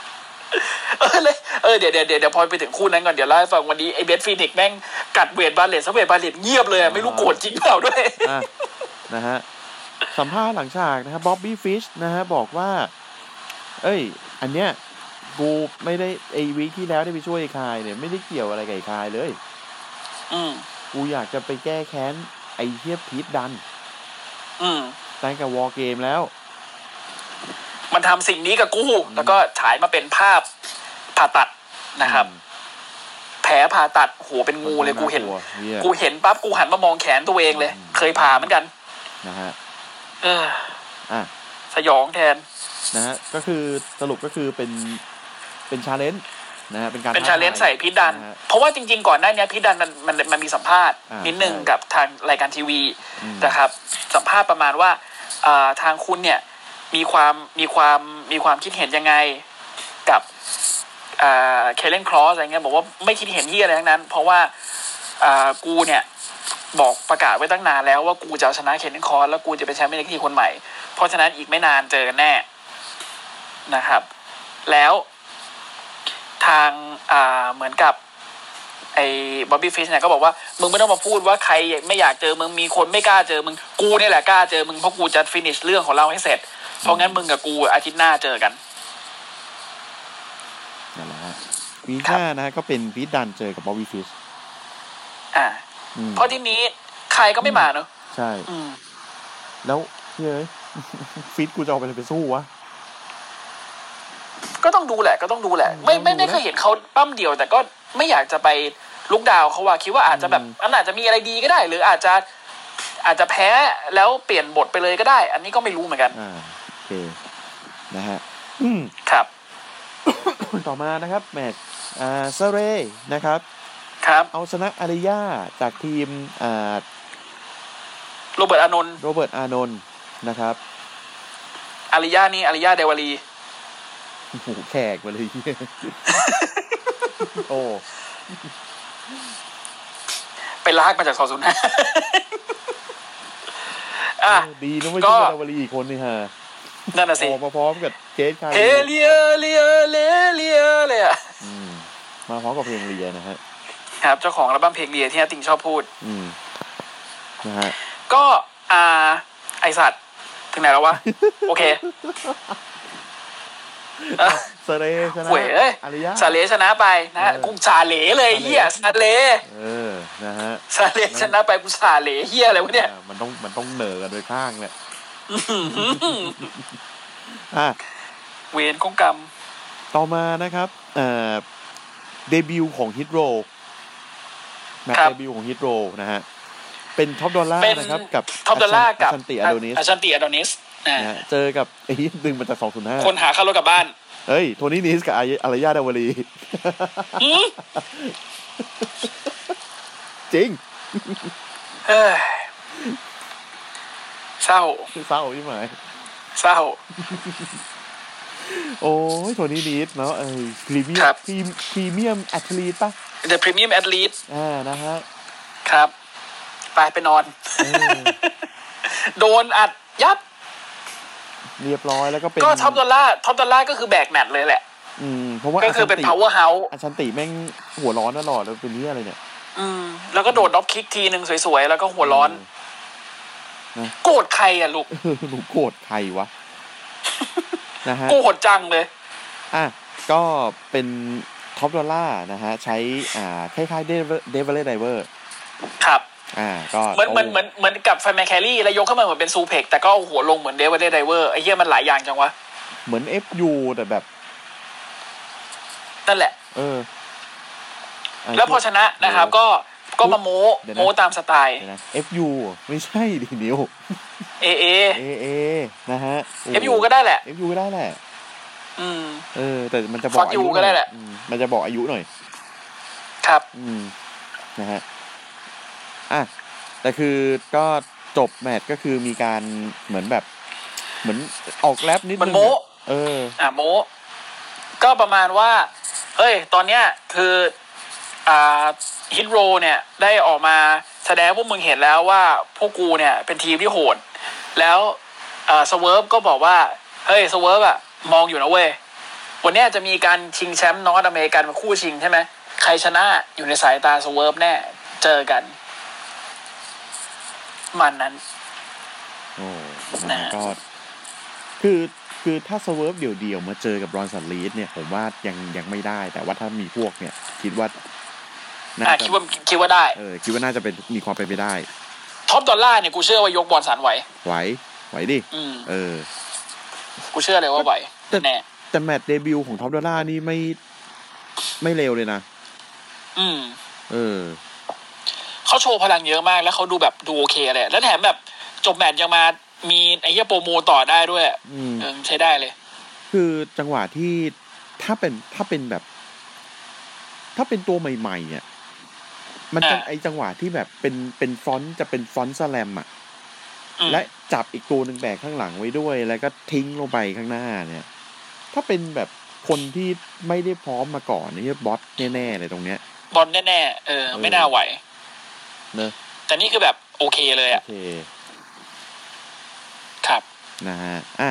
Speaker 3: เออเลยเออเดี๋ยวเดี๋ยวเดี๋ยวเดี๋ยวพอไปถึงคู่นั้นก่อนเดี๋ยวเล่าให้ฟังวันนี้ไอ้เบสฟีนิกซ์แม่งกัดเวทบาเลตซะเวทบาเลตเงียบเลยอะไม่รู้โกรธจริงเปล่าด้วย
Speaker 2: อ่ะนะฮะ สัมภาษณ์หลังฉากนะครับบ๊อบบี้ฟิชนะฮะ บอกว่า เอ้ย อันเนี้ยกูไม่ได้ไอวีคที่แล้วได้ไปช่วยไอ้คายเนี่ยไม่ได้เกี่ยวอะไรกับไอ้คายเลย
Speaker 3: อืม
Speaker 2: กูอยากจะไปแก้แค้นไอเทียบพีทดัน
Speaker 3: อืม
Speaker 2: ตั้งกับวอลเกมแล้ว
Speaker 3: มันทำสิ่งนี้กับกู แล้วก็ฉายมาเป็นภาพผ่าตัดนะครับ แผลผ่าตัดโหเป็นงูเลยกูเห็น
Speaker 2: าลัวหี้ย
Speaker 3: กูเห็นปั๊บกูหันมามองแขนตัวเองเลย
Speaker 2: อืม
Speaker 3: เคยผ่าเหมือนกัน
Speaker 2: นะฮะ
Speaker 3: เออ
Speaker 2: อ่ะ
Speaker 3: สยองแทน
Speaker 2: นะฮะ ก็คือสรุปก็คือเป็น เป็นชาเลนจ์นะฮะ เป็นการ
Speaker 3: เป็น
Speaker 2: ท้
Speaker 3: ชา
Speaker 2: ทย
Speaker 3: เลนจ์ใส่พิษดัน
Speaker 2: ะฮะ
Speaker 3: เพราะว่าจริงๆก่อนหน้าเนี้ยพิษดันมันมันมันมีสัมภาษณ์
Speaker 2: อ่านิ
Speaker 3: นิดนึง
Speaker 2: ใช่
Speaker 3: กับทางรายการทีวี
Speaker 2: อืม
Speaker 3: นะครับ สัมภาษณ์ประมาณว่าอ่าทางคุณเนี่ยมีความมีความมีความคิดเห็นยังไงกับอ่าเคเลนครอสอะไรเงี้ยบอกว่าไม่คิดเห็นที่อะไรทั้งนั้น เพราะว่าอ่ากูเนี่ยบอกประกาศไว้ตั้งนานแล้วว่ากูจะเอาชนะเคเลนครอสแล้วกูจะเป็นแชมป์เอ็นเอ็กซ์ทีคนใหม่ เพราะฉะนั้นอีกไม่นานเจอกันแน่นะครับ แล้วทางอ่าเหมือนกับ ไอ้บ๊อบบี้ฟิชเนี่ยก็บอกว่า มึงไม่ต้องมาพูดว่าใครไม่อยากเจอมึงมีคนไม่กล้าเจอมึงกูเนี่ยแหละกล้าเจอมึงเพราะกูจะฟินิชเรื่องของเราให้เสร็จ เพราะงั้นมึงกับกูอาทิตย์หน้าเจอกัน
Speaker 2: นั่นแหละฮะวีคหน้านะฮะ ก็เป็นพีทดันเจอกับบอบบี้ฟิช
Speaker 3: อ่า
Speaker 2: อืม
Speaker 3: เพราะที่นี้ใครก็ไม่มาเนอะ
Speaker 2: ใช่
Speaker 3: อืม
Speaker 2: แล้วเฮ้ย ฟิตกูจะเอาไปอะไรไปสู้วะ
Speaker 3: ก็ต้องดูแหละก็ต้องดูแหละ ไม่ไม่ไม่เคยเห็นเขาปั้มเดียว แต่ก็ไม่อยากจะไปลุกดาวเขาว่าคิดว่าอาจจะแบบ
Speaker 2: อืม
Speaker 3: มันอาจจะมีอะไรดีก็ได้ หรืออาจจะอาจจะแพ้แล้วเปลี่ยนบทไปเลยก็ได้ อันนี้ก็ไม่รู้เหมือนกัน
Speaker 2: อ่า โอเค นะฮะ อืม
Speaker 3: ครับ
Speaker 2: ต่อมานะครับ แมตช์อ่าเซเรนะครับ
Speaker 3: ครับ
Speaker 2: เอาชนะอาริยาจากทีม อ่า
Speaker 3: โรเบิร์ตอานนท์
Speaker 2: โรเบิร์ต อานนท์นะครับ
Speaker 3: อาริยานี่อาริยาเดวารี
Speaker 2: โอ้โหแขกมาเลย โอ้
Speaker 3: ไปลากมาจากสอศูนย์ห้าอ่ะ
Speaker 2: ดีนะไม่
Speaker 3: ก็
Speaker 2: ใช่ดาวารีอีกคนนี่ฮะ
Speaker 3: นั่นน่ะสิ
Speaker 2: ออกมาพร้อมกับเคสคา
Speaker 3: เฮเลียเลียเลเลียเลยอ่ะ
Speaker 2: อืมมาพร้อมกับเพลงเรียนะฮะ
Speaker 3: ครับเจ้าของอัลบั้มเพลงเลียที่อาติงชอบพูด
Speaker 2: อืม นะฮะ
Speaker 3: ก็อ่า ไอสัตว์ถึงไหนแล้ววะ โอ เคเอ่อ
Speaker 2: เซเรชนะ
Speaker 3: หวยเอ้ย
Speaker 2: อาริยา
Speaker 3: ซาเลชนะไปนะฮะ
Speaker 2: เออ
Speaker 3: กูซาเลเลยเฮียซาเล
Speaker 2: เออ นะฮะ
Speaker 3: ซาเลชนะไปกูซาเลเฮียอะไรวะเนี่ย
Speaker 2: อ่ามันต้อง มันต้องเหนอกันโดวยข้างแหละอ่ะ
Speaker 3: เวรของกรรม
Speaker 2: ต่อมานะครับเอ่อเดบิวต์ของฮิตโรแมต
Speaker 3: ค
Speaker 2: ช์
Speaker 3: รับ
Speaker 2: เดบิวต์ของฮิตโรนะฮะ เป็นท็อปดอลลาร์
Speaker 3: เป็น
Speaker 2: นะครับ กับ
Speaker 3: ท็อปดอลลาร์กับ
Speaker 2: อชันติอาโดนิส
Speaker 3: อาชันติอาโดนิสอ่า
Speaker 2: นะฮะเจอกับ ไอ้ยดึงมาจากสองศูนย์ห้า
Speaker 3: คนหาค่ารถกลับ บ้าน
Speaker 2: เฮ้ย โทนี่นิสกับอายอารยาดาวรี
Speaker 3: หืม
Speaker 2: จริง
Speaker 3: เอ้ยเศร้า
Speaker 2: เศร้าใช่ไหม
Speaker 3: เศร้า
Speaker 2: โอ้ย โทนี่นิสเนาะเอ้ยพรีเมีย
Speaker 3: ครั
Speaker 2: ม
Speaker 3: บ
Speaker 2: พรีเมียมแอทลีตป่ะ
Speaker 3: The Premium Athlete
Speaker 2: อ่านะฮะ
Speaker 3: ครับ ไปไปนอน
Speaker 2: เออ
Speaker 3: โดนอัดยับ
Speaker 2: เรียบร้อยแล้วก็เป็น
Speaker 3: ก็ท็อปดอลล่าท็อปดอลล่าก็คือแบกแมตช์เลยแหละ
Speaker 2: อืมเพราะว่า
Speaker 3: ก็คือเป็น
Speaker 2: ชัติ
Speaker 3: power house
Speaker 2: อาชันติแม่งหัวร้อนตลอดแล้วเป็นเรื่องอะไรเนี่ย
Speaker 3: อืม แล้วก็โดดด็อปคิกทีหนึ่งสวยๆ แล้วก็หัวร้อน
Speaker 2: นะ
Speaker 3: โกรธใครอะลูก
Speaker 2: เออหนูโกรธใครวะ นะฮะ
Speaker 3: โกรธจังเลย
Speaker 2: อ่ะ ก็เป็นท็อปดอลล่าร์นะฮะ ใช้ อ่า คล้ายๆเดเวลเลไดเวอร์
Speaker 3: ครับ
Speaker 2: อ่า ก็
Speaker 3: เหมือนเหมือนเหมือนเหมือนกับแฟนแมคแครี่แล้วยกขึ้นมาเหมือนเป็นซูเพ็กแต่ก็เอาหัวลงเหมือนเดวิดไดเวอร์ไอ้เหี้ยมันหลายอย่างจังวะ
Speaker 2: เหมือนเอฟยูแต่แบบ
Speaker 3: นั่นแหละ
Speaker 2: เอออ่ะ
Speaker 3: แล้วพอชนะนะครับ ก็ก็มาโม้
Speaker 2: เดี๋ยวนะ
Speaker 3: โม้ตามสไตล์
Speaker 2: เดี๋ยวนะเอฟยูไม่ใช่ดินิว
Speaker 3: เอเอ
Speaker 2: เอเอนะฮะ
Speaker 3: เอฟยูก็ได้แหละ
Speaker 2: เอฟยูก็ได้แหละ
Speaker 3: อืม
Speaker 2: เออ แต่มันจะบอกอายุ
Speaker 3: ฟอร์จูก็ได้แหละ
Speaker 2: อืมมันจะบอกอายุหน่อย
Speaker 3: ครับ
Speaker 2: อืมนะฮะอ่ะแต่คือก็จบแมตช์ก็คือมีการเหมือนแบบ เหมือนออกแรปนิดนึง
Speaker 3: มันโม้
Speaker 2: อะเออ
Speaker 3: อ่ะโมก็ประมาณว่า เอ้ย ตอนเนี้ยคืออ่าฮิตโรเนี่ย ได้ออกมาแสดงพวกมึงเห็นแล้วว่า พวกกูเนี่ย เป็นทีมที่โหด แล้วเอ่อสเวิร์ฟก็บอกว่า เฮ้ยสเวิร์ฟอะมองอยู่นะเว้ย วันเนี้ยจะมีการชิงแชมป์นอตอเมริกันเป็นคู่ชิงใช่ไหมใครชนะอยู่ในสายตาสเวิร์ฟแน่ เจอกัน มันนั้น
Speaker 2: โอ้
Speaker 3: นะ
Speaker 2: นะก็คือคือถ้าสเวิร์ฟเดี่ยวๆมาเจอกับบรอนสันลีดเนี่ย ผมว่ายังยังไม่ได้ แต่ว่าถ้ามีพวกเนี่ย คิดว่าน่า
Speaker 3: อ่ะ
Speaker 2: จะ
Speaker 3: คิดว่าคิดว่าได้
Speaker 2: เออคิดว่าน่าจะเป็นมีความเป็นไปได้
Speaker 3: ท็อปดอลล่าร์เนี่ยกูเชื่อว่ายกบอลสันไหว
Speaker 2: ไหวไหวดิ
Speaker 3: อืม
Speaker 2: เออ
Speaker 3: กูเชื่อเลยว่า ไหว
Speaker 2: แต่
Speaker 3: แน่
Speaker 2: แต่แมตช์เดบิวต์ของท็อปดอลล่านี่ไม่ไม่เร็วเลยนะ
Speaker 3: อืม
Speaker 2: เออ
Speaker 3: เขาโชว์พลังเยอะมากแล้วเขาดูแบบดูโอเคเลย แล้วแถมแบบจบแมตช์ยังมามีไอ้เหี้ยโปรโมต่อได้ด้วย
Speaker 2: อืม
Speaker 3: เออใช้ได้เลย
Speaker 2: คือจังหวะที่ถ้าเป็นถ้าเป็นแบบ ถ้าเป็นตัวใหม่ๆเนี่ยมันจะ
Speaker 3: อ่า
Speaker 2: ไอจังหวะที่แบบเป็นเป็นฟรอนต์จะเป็นฟรอนต์สแลมอ่ะ
Speaker 3: อืม
Speaker 2: และจับอีกตัวหนึ่งแบกข้างหลังไว้ด้วย แล้วก็ทิ้งลงไปข้างหน้าเนี่ย ถ้าเป็นแบบคนที่ไม่ได้พร้อมมาก่อนเนี่ยบอสแน่ๆเลยตรงเนี้ย
Speaker 3: บอลแน่ๆเออ ไม่น่าไหว
Speaker 2: เนอะ
Speaker 3: แต่นี่คือแบบโอเคเลย
Speaker 2: โอ
Speaker 3: อ่ะ
Speaker 2: เค
Speaker 3: ครับ
Speaker 2: นะฮะอ่ะ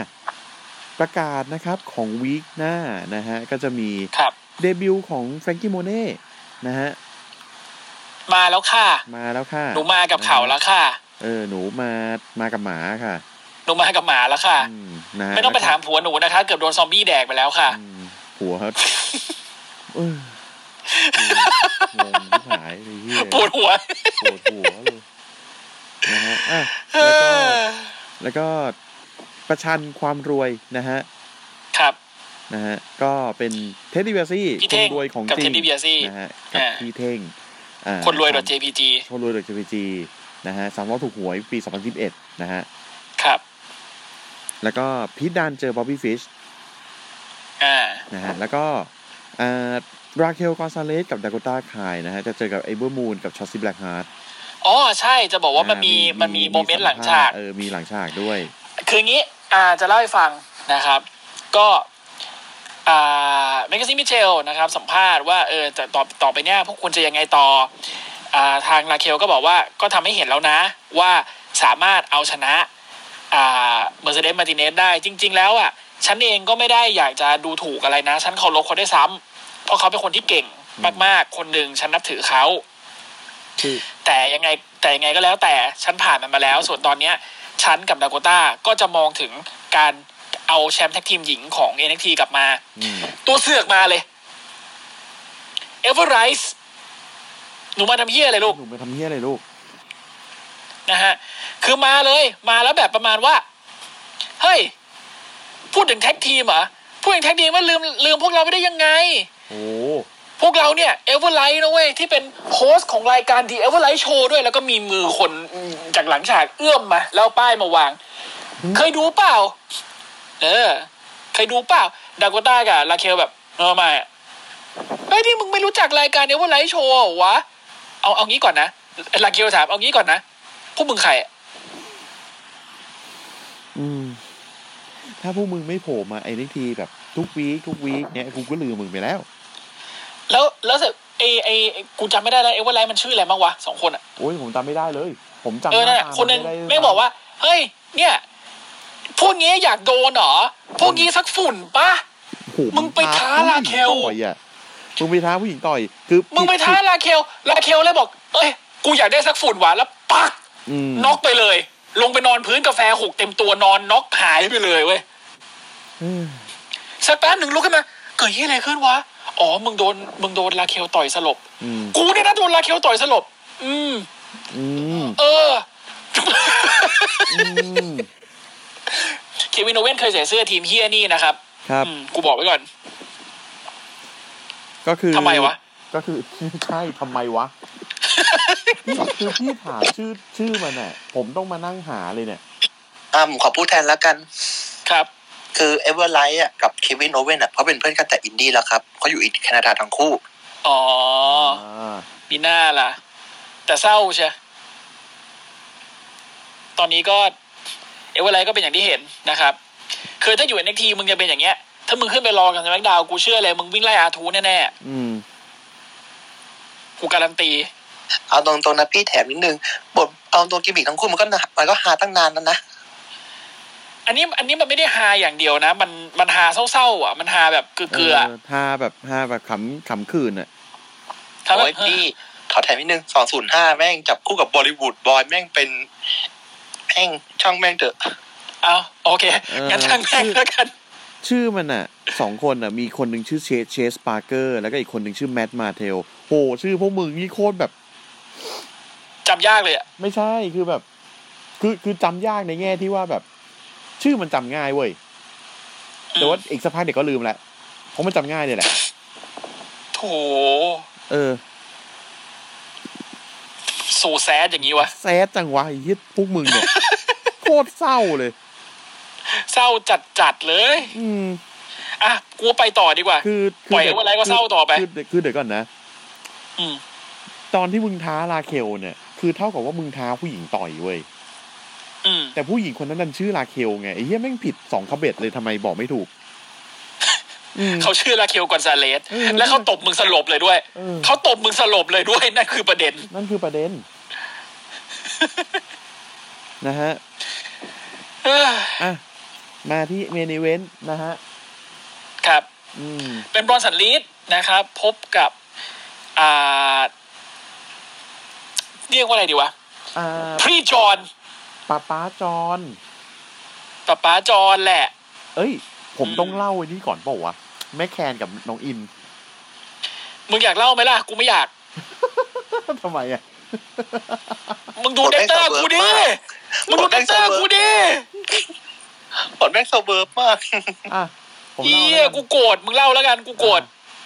Speaker 2: ประกาศนะครับของวีคหน้านะฮะ ก็จะมี
Speaker 3: ครับ
Speaker 2: เดบิวต์ของแฟรงกี้โมเน่นะฮะ
Speaker 3: มาแล้วค่ะ
Speaker 2: มาแล้วค่ะ
Speaker 3: หนูมากับเขาแล้วค่ะ
Speaker 2: เออ หนูมามากับหมาค่ะ
Speaker 3: หนูมากับหมาแล้วค่ะ
Speaker 2: อืมนะฮะ
Speaker 3: ไม่ต้องไปถามผัวหนูนะคะเกือบโดนซอมบี้แดกไปแล้วค่ะ
Speaker 2: อืมผัว ครับเอองงที่หายเลยที่
Speaker 3: ปวดหัว
Speaker 2: ปวดหัวเลยนะฮะอ่ะแล้วก็แล้วก็ประชันความรวยนะฮะ
Speaker 3: ครับ
Speaker 2: นะฮะก็เป็นเท็ดดี้เบียซี่
Speaker 3: พี่
Speaker 2: ค
Speaker 3: เท่
Speaker 2: น
Speaker 3: ง
Speaker 2: รวยของ
Speaker 3: กับ
Speaker 2: จริง
Speaker 3: Teddy Biasi
Speaker 2: นะฮะกับ
Speaker 3: อ่า
Speaker 2: พี่เท่งอ่า
Speaker 3: คนรวยดอ JPG
Speaker 2: คนรวยดอทจีพีจีนะฮะสามล้อถูกหวยปีสองพันสิบเอ็ดนะฮะ
Speaker 3: ครับ
Speaker 2: แล้วก็พีทดันเจอบ๊อบบี้ฟิช
Speaker 3: อ่า
Speaker 2: นะฮะแล้วก็ราเคลกอนซาเลสกับดากต้าคายนะฮะจะเจอกับไอเบอร์มูนกับชอสซี่แบล็กฮาร์ด
Speaker 3: อ๋อใช่จะบอกว่ามันมีมันมีโมเมนต์หลังฉาก
Speaker 2: เออมีหลังฉากด้วย
Speaker 3: คืองี้อ่าจะเล่าให้ฟังนะครับ ก็อ่าแมกกาซีมิเชลนะครับ สัมภาษณ์ว่าเออจะต่อต่อไปเนี่ยพวกคุณจะยังไงต่ออ่าทางราเคลก็บอกว่าก็ทำให้เห็นแล้วนะ ว่าสามารถเอาชนะอ่าเมอร์เซเดสมาติเนสได้จริง ๆ แล้วอ่ะฉันเองก็ไม่ได้อยากจะดูถูกอะไรนะ ฉันเคารพเขาได้วยซ้ำเพราะเขาเป็นคนที่เก่งมากๆ คนหนึ่งฉันนับถือเขา
Speaker 2: คือ
Speaker 3: แต่ยังไงแต่ยังไงก็แล้วแต่ฉันผ่านมันมาแล้ว ส่วนตอนเนี้ยฉันกับดาโกต้าก็จะมองถึงการเอาแชมป์แท็กทีมหญิงของ NXT กลับมา
Speaker 2: อืม
Speaker 3: ตัวเสือกมาเลยเอเวอร์ไรส์หนูมาทำเฮียอะไรลูก
Speaker 2: หนูไปทำเฮี้ยอะไรลูก
Speaker 3: นะฮะ คือมาเลย มาแล้วแบบประมาณว่า เฮ้ย พูดถึงแท็กทีมเหรอ พูดถึงแท็กทีมว่าลืมลืมพวกเราไปได้ยังไง
Speaker 2: โอ้
Speaker 3: พวกเราเนี่ยเอเวอร์ไลท์นะเว้ย ที่เป็นโฮสต์ของรายการดีเอเวอร์ไลท์โชว์ด้วย แล้วก็มีมือคนจากหลังฉากเอื้อมมา แล้วเอาป้ายมาวาง เคยดูเปล่า เออ เคยดูเปล่าดาก o ต้ากับลาเคลแบบเออไมาเฮ้ยนี่มึงไม่รู้จักรายการเอเวอร์ไลท์โชว์เหรอวะ เอาเอางี้ก่อนนะลาเคลถามเอางี้ก่อนนะพวกมึงใครอะ
Speaker 2: อืม ถ้าพวกมึงไม่โผล่มาไอ้นิทีแบบทุกวีคทุกวีคเนี่ยกูก็ลืมมึงไปแล้ว
Speaker 3: แล้วแล้วเสร็จไอไอไอ้กูจำไม่ได้แล้วเอเวอร์ไลท์มันชื่ออะไรบ้างวะสองคนอะ
Speaker 2: โอ้ยผมจำไม่ได้เลย ผมจำ
Speaker 3: เออนั่นแหละคนหนึงไม่บอกว่า เฮ้ย เนี่ย พวกนี้อยากโดนเหรอ พวกนี้สักฝุ่นปะ มึงไปท้าลาเคล
Speaker 2: ลต่อยอ่ะมึงไปท้าผู้หญิงต่อย คือ
Speaker 3: มึงไปท้าลาเคลลาเคลเลยบอก เอ้ย กูอยากได้สักฝุ่นว่ะแล้วปัก
Speaker 2: อืม
Speaker 3: น็อกไปเลย ลงไปนอนพื้นกาแฟหกเต็มตัวนอนน็อกหายไปเลยเว้ย
Speaker 2: เออ
Speaker 3: สักแป๊บหนึ่งลุกขึ้นมา เกิดเหียอะไรขึ้นวะ อ๋อ มึงโดน มึงโดนลาเคลต่อยสลบ
Speaker 2: อืม
Speaker 3: กูเนี่ยนะโดนลาเคลต่อยสลบ อืม
Speaker 2: อืม
Speaker 3: เออ
Speaker 2: อืม
Speaker 3: เควินโอเว่นเคยใส่เสื้อทีมเฮียนี่นะครับ
Speaker 2: ครับ
Speaker 3: อืม กูบอกไว้ก่อน
Speaker 2: ก็คือ
Speaker 3: ทำไมวะ
Speaker 2: ก็คือ ใช่ทำไมวะ คือพี่ถามชื่อชื่อมันน่ะ ผมต้องมานั่งหาเลยเนี่ย
Speaker 4: อ่าผมขอพูดแทนแล้วกัน
Speaker 3: ครับ
Speaker 4: คือเอเวอร์ไลท์อ่ะกับเควินโอเว่นอ่ะเขาเป็นเพื่อนกันแต่อินดี้แล้วครับเขาอยู่อินแคนาดาทั้งคู่
Speaker 3: อ๋อ
Speaker 2: อ่า
Speaker 3: มีหน้าล่ะ แต่เศร้าใช่ ตอนนี้ก็เอเวอร์ไลท์ก็เป็นอย่างที่เห็นนะครับ คือถ้าอยู่ในทีมึงจะเป็นอย่างเงี้ย ถ้ามึงขึ้นไปรอกันสมักดาวกูเชื่อเลยมึงวิ่งไล่อาทูแน่
Speaker 2: อืม
Speaker 3: ๆกูการันตี
Speaker 4: เอาตรงๆนะพี่แถมนิดนึงบทเอาตัวกิมมิคทั้งคู่มันก็น่ะมันก็ฮาตั้งนานแล้วนะ
Speaker 3: อันนี้อันนี้มันไม่ได้ฮาอย่างเดียวนะ มันมันฮาเศร้าๆอ่ะ มันฮาแบบเกลือๆอะ
Speaker 2: ทาแบบทาแบบขำขำขื่นอ่ะ
Speaker 3: ทำ
Speaker 4: โอ้
Speaker 3: ให้
Speaker 4: ยพี่ขอแถมนิดนึงสองศูนย์ห้าแม่งจับคู่กับบอลลิวูดบอยแม่งเป็นแม่งช่างแม่งเถอะ
Speaker 3: เอาโอเค
Speaker 2: เออ
Speaker 3: งั้นช่างแม่งแล้วกัน
Speaker 2: ชื่อมันอ่ะสองคนอ่ะ มีคนหนึ่งชื่อเชสเชสปาร์เกอร์ แล้วก็อีกคนหนึ่งชื่อแมตต์มาเทลโห ชื่อพวกมึงนี่โคตรแบบ
Speaker 3: จำยากเลยอ่ะ
Speaker 2: ไม่ใช่คือแบบ คือคือจำยากในแง่ที่ว่าแบบ ชื่อมันจำง่ายเว้ย แต่ว่าอีกสักพักเด็กก็ลืมแหละเพราะมันจำง่ายเลยแหละ
Speaker 3: โถ
Speaker 2: เออ
Speaker 3: สู่แซดอย่างนี้วะ
Speaker 2: แซดจังวะไอ้เหี้ยพวกมึง เนี่ย โคตรเศร้าเลย
Speaker 3: เศร้าจัดจัดๆเลย
Speaker 2: อืม
Speaker 3: อ่ะ กูไปต่อดีกว่า
Speaker 2: คือคื
Speaker 3: ปล่อยไว้แล้วก็เศร้าต่อไป
Speaker 2: คือคือคือเดี๋ยวก่อนนะ
Speaker 3: อืม
Speaker 2: ตอนที่มึงท้าลาเคลเนี่ย คือเท่ากับว่ามึงท้าผู้หญิงต่อยเว้ย
Speaker 3: อืม
Speaker 2: แต่ผู้หญิงคนนั้นดันชื่อลาเคลไงไอ้เหี้ยแม่งผิดสองขบเบ็ดเลยทำไมบอกไม่ถูก อืม
Speaker 3: เขาชื่อลาเคียวกอนซาเลส
Speaker 2: เออ
Speaker 3: และเขาตบมึงสลบเลยด้วย
Speaker 2: เออ
Speaker 3: เขาตบมึงสลบเลยด้วย นั่นคือประเด็น
Speaker 2: นั่นคือประเด็น นะฮะ
Speaker 3: เอ้อ
Speaker 2: อ่ะ มาที่เมนิเวนนะฮะ
Speaker 3: ครับ
Speaker 2: อืม
Speaker 3: เป็นบรอนสันลีดนะครับ พบกับ อ่า เรียกว่าอะไรดีวะ
Speaker 2: อ่า
Speaker 3: พรีจอน
Speaker 2: ป้าป้าจอน
Speaker 3: ป้าป๋าจอนแหละ
Speaker 2: เอ้ย ผม
Speaker 3: อืม
Speaker 2: ต้องเล่าไอ้นี่ก่อนเปล่าวะ แม่แคนกับน้องอิน
Speaker 3: มึงอยากเล่าไหมล่ะ กูไม่อยาก
Speaker 2: ทำไมอ่ะ
Speaker 3: มึงดูเดตเตอร์กูดิ มึงดูเดตเตอร์กูดิ
Speaker 4: ผลแม่งเซอร์เวิร์ฟมาก
Speaker 2: อ่ะ ผม
Speaker 3: เฮี
Speaker 2: เล่าแล้ว
Speaker 3: ย
Speaker 2: กัน
Speaker 3: กูโกรธมึงเล่าแล้วกันกูโกรธ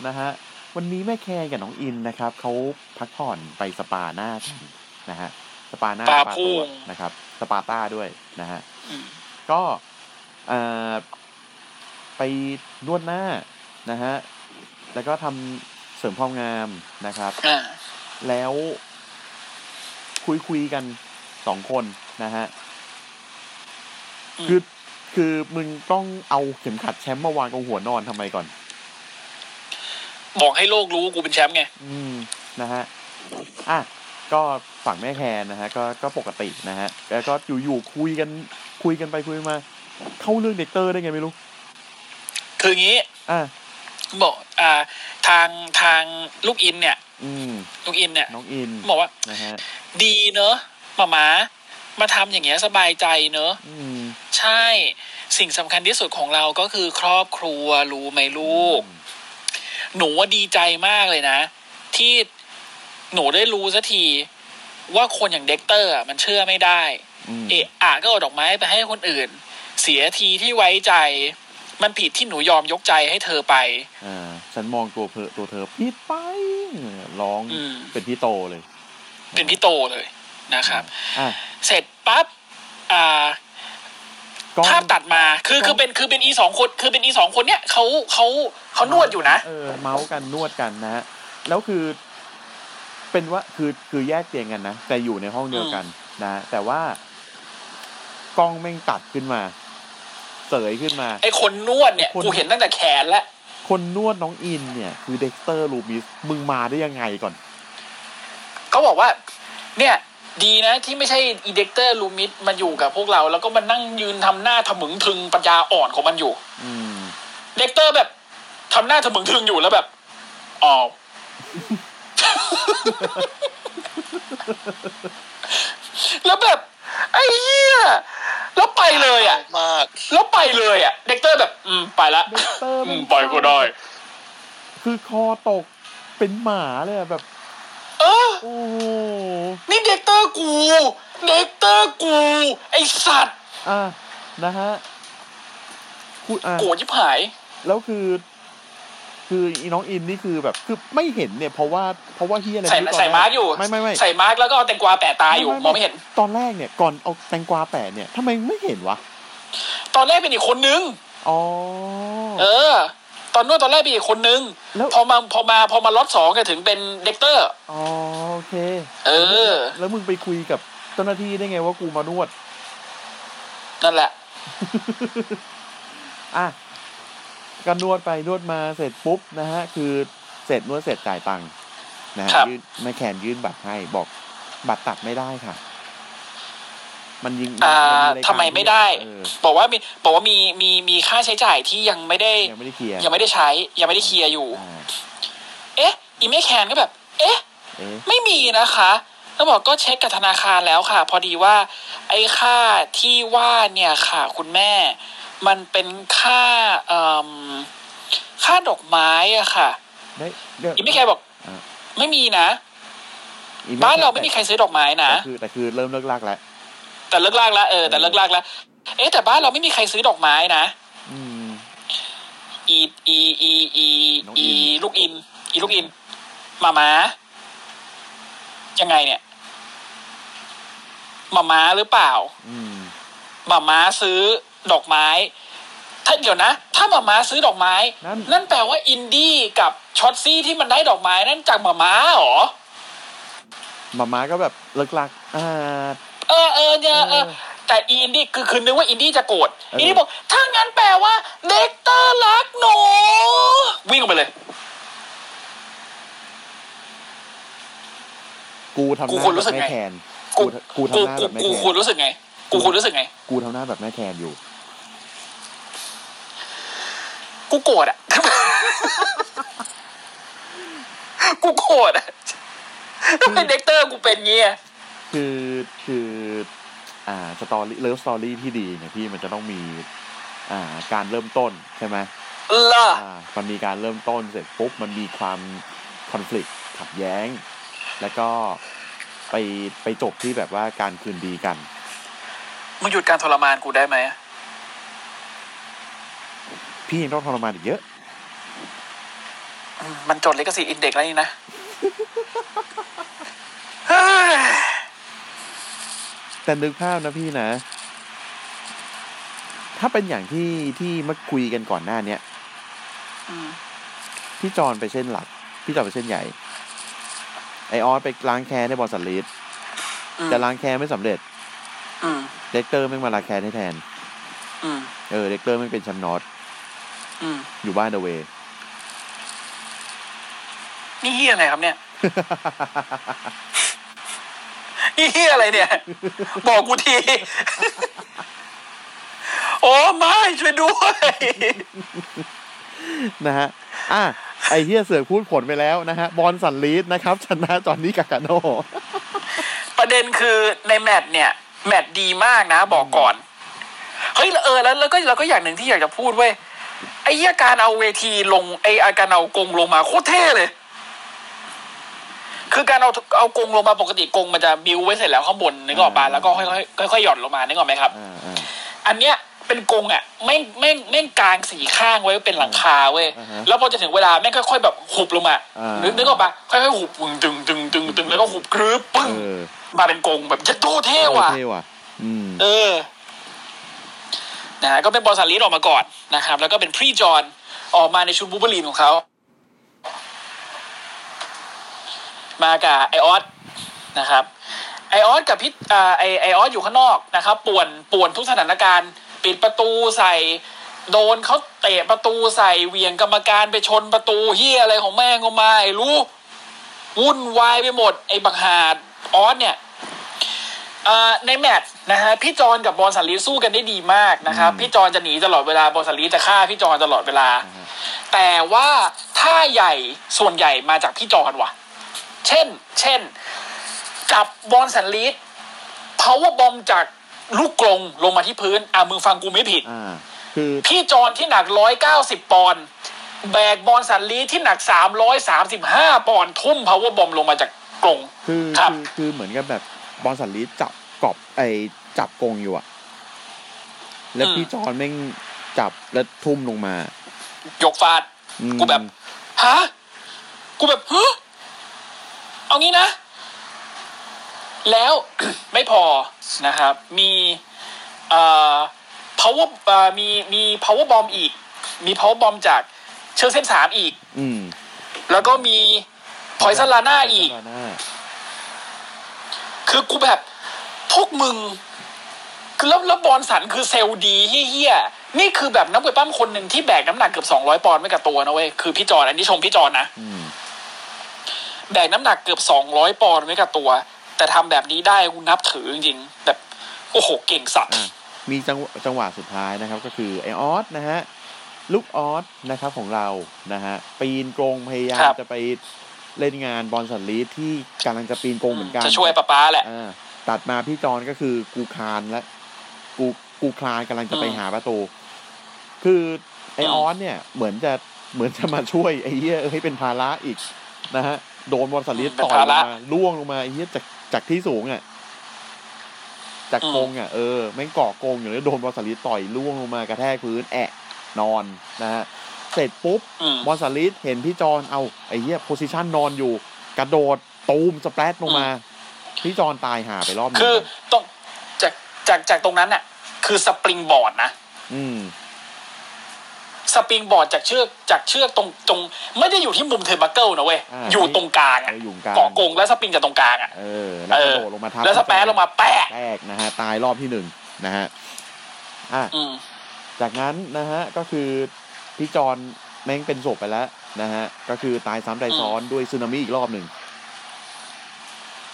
Speaker 2: นะฮะ วันนี้แม่แคร์กับน้องอินนะครับเขาพักผ่อนไปสปาหน้ากันนะฮะสปาหน้า
Speaker 3: ปลา
Speaker 2: ส
Speaker 3: พุ
Speaker 2: ตัว
Speaker 3: ง
Speaker 2: นะครับ สปาต้าด้วยนะฮะก็เอ่อไปนวดหน้านะฮะแล้วก็ทำเสริมความงามนะครับ
Speaker 3: อ่า
Speaker 2: แล้วคุยคุยๆกันสองคนนะฮะ คือคือมึงต้องเอาเข็มขัดแชมป์มาวางตรงหัวนอนทำไมก่อน
Speaker 3: บอกให้โลกรู้กูเป็นแชมป์ไง
Speaker 2: อืมนะฮะ อ่ะ ก็ฝั่งแม่แคนนะฮะ ก็ก็ปกตินะฮะ แล้วก็อยู่ๆคุยกันคุยกันไปคุยมา เข้าเรื่องเด็กเตอร์ได้ไงไม่รู้
Speaker 3: คืองี้
Speaker 2: อ่ะ
Speaker 3: บอกอ่า ทางทางลูกอินเนี่ย
Speaker 2: อืม
Speaker 3: ลูกอินเนี่ย
Speaker 2: น้องอิน
Speaker 3: บอกว่า
Speaker 2: นะฮะ
Speaker 3: ดีเนอะหมาหมามาทำอย่างเงี้ยสบายใจเนอะ
Speaker 2: อืม
Speaker 3: ใช่ สิ่งสำคัญที่สุดของเราก็คือครอบครัวรู้ไหมลูก หนูว่าดีใจมากเลยนะ ที่หนูได้รู้สักที ว่าคนอย่างเด็กเตอร์อะมันเชื่อไม่ได้
Speaker 2: ม
Speaker 3: เอะอะก็เอาดอกไม้ไปให้คนอื่น เสียทีที่ไว้ใจ มันผิดที่หนูยอมยกใจให้เธอไป
Speaker 2: อ่า ฉันมองตัวเพอตัวเธอผิดไป ร้อง
Speaker 3: อืม
Speaker 2: เป็นพี่โตเลย
Speaker 3: เป็นพี่โตเลยนะครับ
Speaker 2: อ่ะ
Speaker 3: เสร็จปั๊บอ่า
Speaker 2: ก็
Speaker 3: ภาพตัดมาคือ
Speaker 2: ก้อน
Speaker 3: คือเป็นคือเป็นอีสองคนคือเป็นอีสองคนเนี้ยเขาเขาเขานวดอยู่นะ
Speaker 2: เออ เมาส์กันนวดกันนะฮะ แล้วคือ เป็นว่าคือคือแยกเตียงกันนะ แต่อยู่ในห้องเดียวกันนะฮะแต่ว่ากล้องแม่งตัดขึ้นมา เสยขึ้นมา
Speaker 3: ไอคนนวดเนี่ย
Speaker 2: คน
Speaker 3: กูเห็นตั้งแต่แขนแล้ว
Speaker 2: คนนวดน้องอินเนี่ย คือเด็กเตอร์ลูมิสมึงมาได้ยังไงก่อน
Speaker 3: เขาบอกว่า เนี่ย ดีนะที่ไม่ใช่อีเด็กเตอร์ลูมิดมันอยู่กับพวกเรา แล้วก็มันนั่งยืนทำหน้าทะมึงทึงปัญญาอ่อนของมันอยู่
Speaker 2: อืม
Speaker 3: เด็กเตอร์แบบทำหน้าทะมึงทึงอยู่แล้วแบบอ๋อ แล้วแบบ ไอ้เหี้ยแล้วไปเลยอ่ะ
Speaker 4: มาก
Speaker 3: แล้วไปเลยอ่ะ เด็กเตอร์แบบ อืม ไปละ
Speaker 2: เด็กเตอร์มัน
Speaker 3: อืมไปก็ได้
Speaker 2: คือคอตกเป็นหมาเลยอะแบบ
Speaker 3: เออ
Speaker 2: โอ้โห
Speaker 3: นี่เด็กเตอร์กู เด็กเตอร์กู ไอสัตว์
Speaker 2: อ่ะนะฮะพูดอ่ะ
Speaker 3: โกรธยิบหาย
Speaker 2: แล้วคือ คืออีน้องอินนี่คือแบบคือไม่เห็นเนี่ยเพราะว่าเพราะว่าเฮียอะไร
Speaker 3: ใส่
Speaker 2: ไรู้ตน
Speaker 3: ใส่
Speaker 2: แก
Speaker 3: มาร์กอยู่
Speaker 2: ไม่ไม่ไม่
Speaker 3: ใส่มาร์กแล้วก็เอาแตงกวาแปะตาอยู่ มองไม่เห็น
Speaker 2: ตอนแรกเนี่ยก่อนเอาแตงกวาแปะเนี่ยทำไมไม่เห็นวะ
Speaker 3: ตอนแรกเป็นอีกคนนึง
Speaker 2: อ๋อ
Speaker 3: เออ ตอนนู้นตอนแรกมีอีกคนนึง
Speaker 2: แล้ว
Speaker 3: พอมาพอมาพอมาล็อตสองก็ถึงเป็นเด็กเตอร์
Speaker 2: อ๋อโอเค
Speaker 3: เออ
Speaker 2: แล้วมึงไปคุยกับเจ้าหน้าที่ได้ไงว่ากูมานวด
Speaker 3: นั่นแหละ
Speaker 2: อ่ะก็นวดไปนวดมาเสร็จปุ๊บนะฮะ คือเสร็จนวดเสร็จจ่ายตังค์นะฮะ
Speaker 3: ครับ
Speaker 2: ยื่นแม่แขนยื่นบัตรให้บอกบัตรตัดไม่ได้ค่ะ มันยิง
Speaker 3: อ่าน
Speaker 2: รายการ
Speaker 3: ทำไมไม่ได้
Speaker 2: เออ
Speaker 3: บอกว่ามีบอกว่ามีมีมีค่าใช้จ่ายที่ยังไม่ได้
Speaker 2: ยังไม่ได้เคลียร์
Speaker 3: ยังไม่ได้ใช้ ยังไม่ได้เคลียร์อยู่
Speaker 2: อ่า
Speaker 3: เอ๊ะ อีเมลแคนก็แบบ เอ๊ะ
Speaker 2: เอ๊ะ
Speaker 3: ไม่มีนะคะแล้วบอกก็เช็คกับธนาคารแล้วค่ะ พอดีว่า ไอ้ค่าที่ว่าเนี่ยค่ะคุณแม่ มันเป็นค่าเอ่มค่าดอกไม้อะค่ะ
Speaker 2: ได้เดี๋ยว
Speaker 3: อีเมลแคนบอก
Speaker 2: อ่า
Speaker 3: ไม่มีนะ
Speaker 2: อี
Speaker 3: บ้านเราไม่มีใครซื้อดอกไม้นะ
Speaker 2: แต่คือแต่คือเริ่มเลิกลากแล้ว
Speaker 3: แต่เลิกลากแล้วเออแต่เลิกลากแล้ว เอ๊ะแต่บ้านเราไม่มีใครซื้อดอกไม้นะ
Speaker 2: อืม
Speaker 3: อีอีอีอี
Speaker 2: น้องอิ
Speaker 3: อี
Speaker 2: น
Speaker 3: ลูกอิน อีลูกอินหมาม้ายังไงเนี่ยหมาม้าหรือเปล่า
Speaker 2: อืม
Speaker 3: หมาม้าซื้อดอกไม้ ถ้าเดี๋ยวนะ ถ้าหมาม้าซื้อดอกไม้
Speaker 2: นั่น
Speaker 3: นั่นแปลว่าอินดี้กับช็อตซี่ที่มันได้ดอกไม้นั่นจากหมาม้าเหรอ
Speaker 2: หมาม้าก็แบบเลิกลากอ่า
Speaker 3: เออเออเนี่ยเอ
Speaker 2: เอ
Speaker 3: อ
Speaker 2: อ
Speaker 3: แต่อีอินดี้คือคือนึกว่าอินดี้จะโกรธ
Speaker 2: เอออิ
Speaker 3: อินดี้บอกถ้างั้นแปลว่าเด็กเตอร์รักหนูวิ่งออกไปเลย
Speaker 2: กูทำห
Speaker 3: กู
Speaker 2: น้า
Speaker 3: ควรรู้สึก
Speaker 2: แบบ
Speaker 3: ไง
Speaker 2: แม่แคน
Speaker 3: กู
Speaker 2: กูกูทำหน้า
Speaker 3: กู
Speaker 2: แบบแม่
Speaker 3: กู
Speaker 2: แค
Speaker 3: ควร
Speaker 2: น
Speaker 3: รู้สึกไง กูควรรู้สึกไง
Speaker 2: กูทำหน้าแบบแม่แคนอยู่
Speaker 3: กูโกรธอ่ะ กูโกรธอ่ะ ทำไมเด็กเตอร์กูเป็นงี้อะ
Speaker 2: คือคืออ่าสตอรี่เลิฟสตอรี่ที่ดีเนี่ยพี่มันจะต้องมีอ่าการเริ่มต้นใช่ไหม
Speaker 3: ล่ะ
Speaker 2: อ่ามันมีการเริ่มต้นเสร็จปุ๊บมันมีความคอน FLICT ขัดแย้ง แล้วก็ไปไปจบที่แบบว่าการคืนดีกัน
Speaker 3: มึงหยุดการทรมานกูได้ไหม
Speaker 2: พี่ยังต้องทรมานอีกเยอะ
Speaker 3: อืมมันจดลิขสิทธิ์อินเด็กซ์แล้วนี่นะเฮ้ย
Speaker 2: แต่นึกภาพนะพี่นะ ถ้าเป็นอย่างที่ที่มาคุยกันก่อนหน้าเนี้ย
Speaker 3: อืม
Speaker 2: พี่จอนไปเส้นหลัก พี่จอนไปเส้นใหญ่ ไอออสไปล้างแค้นในบอลสันลีด
Speaker 3: อืม
Speaker 2: แต่ล้างแค้นไม่สำเร็จ
Speaker 3: อืม
Speaker 2: เด็กเตอร์แม่งมาลาแคนให้แทน
Speaker 3: อืม
Speaker 2: เออ เด็กเตอร์แม่งเป็นชัมนอต
Speaker 3: อืม
Speaker 2: อยู่บ้านเดอะเวย์
Speaker 3: นี่เฮียอะไรครับเนี่ย นี่เฮียอะไรเนี่ย บอกกูที โอ้ไม่ช่วยด้วย
Speaker 2: นะฮะ อ่ะ ไอเฮียเสือกพูดผลไปแล้วนะฮะ บอลสันลีดนะครับ ชนะจอห์นนี่กากาโน
Speaker 3: ประเด็นคือในแมตช์เนี่ย แมตช์ดีมากนะ บอกก่อน เฮ้ยแล้วเออแล้วแล้วก็แล้วก็อย่างหนึ่งที่อยากจะพูดเว้ยไอ้เหี้ยการเอาเวทีลงไอ้อาการเอากรงลงมาโคตรเท่เลย คือการเอาเอากรงลงมาปกติกรงมันจะบิวไว้เสร็จแล้วข้างบนนึกออกปะ
Speaker 2: อ่า
Speaker 3: แล้วก็ค่อยๆค่อยๆหย่อนลงมานึกออกไหมครับ
Speaker 2: อ่าอ่า
Speaker 3: อันเนี้ยเป็นกรงอ่ะแม่งแม่งแม่งกลางสี่ข้างไว้เป็นหลังคาเว้ยแล้วพอจะถึงเวลาแม่งค่อยๆแบบหุบลงมานึกนึกออกปะค่อยๆหุบตึงตึงตึงตึงแล้วก็หุบกรึบปึ้ง
Speaker 2: เออ
Speaker 3: มาเป็นกรงแบบยัดโตเท่ว่ะ
Speaker 2: เท่ว่ะ อืม
Speaker 3: เออ นะฮะก็เป็นบอลซาลีสออกมาก่อนนะครับ แล้วก็เป็นพรีจอนออกมาในชุดบูเบอรีนของเขา มากับไอออสนะครับ ไอออสกับพิษอ่าไอไอออสอยู่ข้างนอกนะครับ ป่วนป่วนทุกสถานการณ์ ปิดประตูใส่ โดนเขาเตะประตูใส่เหวียงกรรมการไปชนประตูเฮียอะไรของแม่งก็ไม่รู้ วุ่นวายไปหมด ไอบักหาดออสเนี่ย เอ่อในแมตช์นะฮะพี่จอนกับบอลสันลีสู้กันได้ดีมากนะครับ
Speaker 2: อืม
Speaker 3: พี่จอนจะหนีตลอดเวลาบอลสันลีจะฆ่าพี่จอนตลอดเวลา แต่ว่าท่าใหญ่ส่วนใหญ่มาจากพี่จอนว่ะ เช่น เช่น จับบอลสันลีดเพาว่าบอมจากลูกกรงลงมาที่พื้น อ่ะมึงฟังกูไม่ผิด
Speaker 2: อ่า คือ
Speaker 3: พี่จอนที่หนักร้อยเก้าสิบปอนด์แบกบอลสันลีดที่หนักสามร้อยสามสิบห้าปอนด์ทุ่มพาวเวอร์บอมลงมาจากกรง
Speaker 2: คือ
Speaker 3: ครั
Speaker 2: คื
Speaker 3: บ
Speaker 2: อคือเหมือนกับแบบบอลสันลีดจับกอบไอจับกงอยู่อะแล้วพี่จอนแม่งจับแล้วทุ่มลงมา
Speaker 3: ยกฟาด
Speaker 2: อืม
Speaker 3: กูแบบ ฮะ กูแบบฮะเอางี้นะ แล้ว ไม่พอนะครับ มีเอ่อ power อ่ามีมี power bomb อีก มี power bomb จากเชือกเส้นสามอีก
Speaker 2: อืม
Speaker 3: แล้วก็มีพอยซ n ลาน่าอีก
Speaker 2: ลาน่า
Speaker 3: คือกูแบบพวกมึง คือแล้วแล้วบอลสันคือเซลล์ดีเฮี้ยๆนี่คือแบบนักมวยปั้มคนหนึ่งที่แบกน้ำหนักเกือบสองร้อยปอนด์ไม่กับตัวนะเว้ยคือพี่จอนอันนี้ชมพี่จอนนะ
Speaker 2: อืม
Speaker 3: แบกน้ำหนักเกือบสองร้อยปอนด์ไม่กับตัว แต่ทำแบบนี้ได้กูนับถือจริงๆแบบโอ้โหเก่งสัตว์
Speaker 2: อ่ะมีจังหวะจังหวะสุดท้ายนะครับ ก็คือไอออสนะฮะลูกออสนะครับของเรานะฮะปีนกรงพยายาม
Speaker 3: ครับ
Speaker 2: จะไปเล่นงานบอลสันลีดที่กำลังจะปีนกรงเหมือนกัน
Speaker 3: จะช่วยป้าป้าแหละ
Speaker 2: อ่าตัดมาพี่จอนก็คือกูคลานและกูกูคลานกำลังจะไป
Speaker 3: อืม
Speaker 2: หาประตู คือไอ
Speaker 3: อืม
Speaker 2: ออนเนี่ย เหมือนจะเหมือนจะมาช่วยไอ้เหี้ยเอ้ยเป็นภาระอีกนะฮะโดนบอลสลิดต่อยลงมาล่วงลงมาไอ้เหี้ยจากจากที่สูงอ่ะจากกรงอ่ะเออแม่งเกาะกรงอยู่แล้วโดนบอลสลิดต่อยล่วงลงมากระแทกพื้นแอะนอนนะฮะเสร็จปุ๊บ
Speaker 3: อืม
Speaker 2: บอลสลิดเห็นพี่จอนเอาไอ้เหี้ยโพซิชันนอนอยู่ กระโดดตูมสแปรดลงมา พี่จอนตายหาไปรอบหนึง
Speaker 3: คือต้องจากจากจากตรงนั้นน่ะ คือสปริงบอร์ดนะ
Speaker 2: อืม
Speaker 3: สปริงบอร์ดจากเชือกจากเชือกตรงตรงไม่ได้อยู่ที่มุมเทอร์บัคเกิลนะเว้ย
Speaker 2: อ่า
Speaker 3: อยู่ตรงกลาง
Speaker 2: เอ
Speaker 3: อะ
Speaker 2: ออยู่ตรงกลาง
Speaker 3: เกาะกงแล้วสปริงจากตรงกลางอ่ะ
Speaker 2: เออ แล้วกระโดดลงมาทับ
Speaker 3: แล้วสแปรดลงมาแปะ
Speaker 2: แตกนะฮะ ตายรอบที่หนึ่งนะฮะอ่ะ
Speaker 3: อืม
Speaker 2: จากนั้นนะฮะก็คือพี่จอนแม่งเป็นศพไปแล้วนะฮะ ก็คือตายซ้ำใจซ้อนด้วยสึนามิอีกรอบหนึ่ง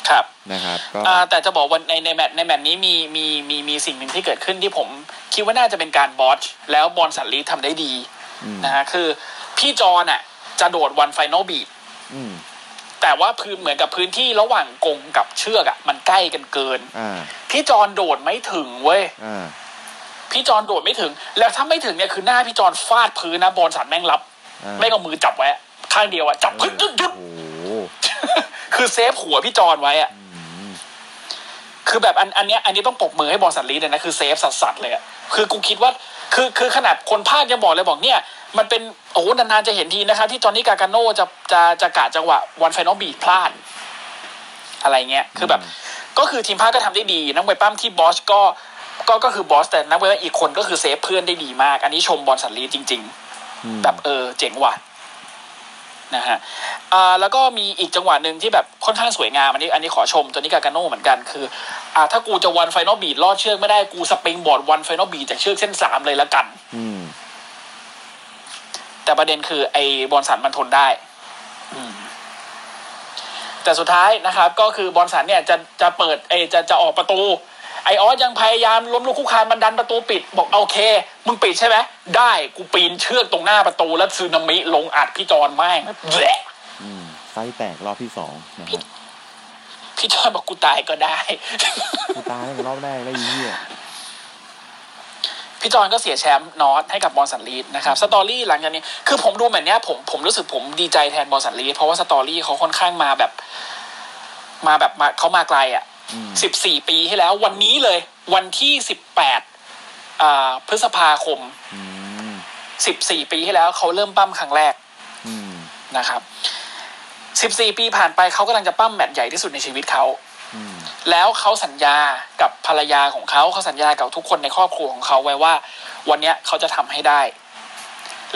Speaker 3: ครับ
Speaker 2: นะครับก็
Speaker 3: อ่าแต่จะบอกว่าในในแมตช์ในแมตช์นี้มีมีมีมีสิ่งหนึ่งที่เกิดขึ้นที่ผมคิดว่าน่าจะเป็นการบอชแล้วบอลสันลีทำได้ดี
Speaker 2: อืม
Speaker 3: นะฮะคือพี่จอนอ่ะ จะโดดวันไฟนอลบีท
Speaker 2: อืม
Speaker 3: แต่ว่าพื้นเหมือนกับพื้นที่ระหว่างกงกับเชือกอ่ะมันใกล้กันเกิน
Speaker 2: อ่า
Speaker 3: พี่จอนโดดไม่ถึงเว้ย
Speaker 2: อ่า
Speaker 3: พี่จอนโดดไม่ถึง แล้วถ้าไม่ถึงเนี่ยคือหน้าพี่จอนฟาดพื้นนะบอลสันแม่งรับ
Speaker 2: อ่า
Speaker 3: แม่งเอามือจับไว้อะข้างเดียวอะจับ
Speaker 2: เอ
Speaker 3: ขึ้น
Speaker 2: อ
Speaker 3: ดึ๊บดึ๊บ
Speaker 2: โอ้โห
Speaker 3: คือเซฟหัวพี่จอนไว้อะ
Speaker 2: อืม
Speaker 3: คือแบบอันอันเนี้ยอันนี้ต้องปรบมือให้บอลสันลีดเลยนะคือเซฟสัสสัสๆเลยอะคือกูคิดว่าคือคือขนาดคนพาดยังบอกเลยบอกเนี่ย มันเป็นโอ้โหนานๆจะเห็นทีนะคะ ที่จอนนี่กาการโน่จะจะจะกะจังหวะวันไฟนอลบีพลาด อะไรเงี้ยคือแบบ ก็คือทีมภาคก็ทำได้ดี นักมวยปั้มที่บอสก็ก็ก็คือบอสแต่นักมวยปั้มอีกคนก็คือเซฟเพื่อนได้ดีมาก อันนี้ชมบอลสันลีดจริง ๆ
Speaker 2: อืม
Speaker 3: แบบเออเจ๋งว่ะนะฮะอ่าแล้วก็มีอีกจังหวะหนึ่งที่แบบค่อนข้างสวยงามอันนี้ อันนี้ขอชมตัวนี้กากาโน่เหมือนกันคือ อ่าถ้ากูจะวันไฟนอลบีดลอดเชือกไม่ได้กูสปริงบอร์ดวันไฟนอลบีดจากเชือกเส้นสามเลยละกัน
Speaker 2: อืม
Speaker 3: แต่ประเด็นคือไอ้บอลสันมันทนได้อืมแต่สุดท้ายนะครับ ก็คือบอลสันเนี่ยจะจะเปิดไอ้จะจะออกประตู ไอออสยังพยายามล้มลูกคุกคานมันดันประตูปิด บอกโอเค มึงปิดใช่ไหมได้กูปีนเชือกตรงหน้าประตูแล้วซึนามิลงอัดพี่จอนแม่งแหละ
Speaker 2: อืมไส้แตกรอบที่สองนะฮะ
Speaker 3: พี่จอนบอกกูตายก็ได้
Speaker 2: กูตายตั้งแต่รอบแรกแล้วไอ้เหี้ย
Speaker 3: พี่จอนก็เสียแชมป์นอตให้กับบอลสันลีดนะครับสตอรี่หลังจากนี้คือผมดูแบบเนี้ยผมผมรู้สึกผมดีใจแทนบอลสันลีดเพราะว่าสตอรี่เขาค่อนข้างมาแบบ มาแบบมาเขามาไกลอะ่ะ
Speaker 2: อืม
Speaker 3: สิบสี่ปีที่แล้ว วันนี้เลย วันที่สิบแปดพฤษภาคม
Speaker 2: อืม
Speaker 3: สิบสี่ปีที่แล้วเขาเริ่มปั้มครั้งแรก
Speaker 2: อืม
Speaker 3: นะครับสิบสี่ปีผ่านไปเขากำลังจะปั้มแมตช์ใหญ่ที่สุดในชีวิตเขา
Speaker 2: อืม
Speaker 3: แล้วเขาสัญญากับภรรยาของเขาเขาสัญญากับทุกคนในครอบครัวของเขาไว้ว่า วันเนี้ยเขาจะทำให้ได้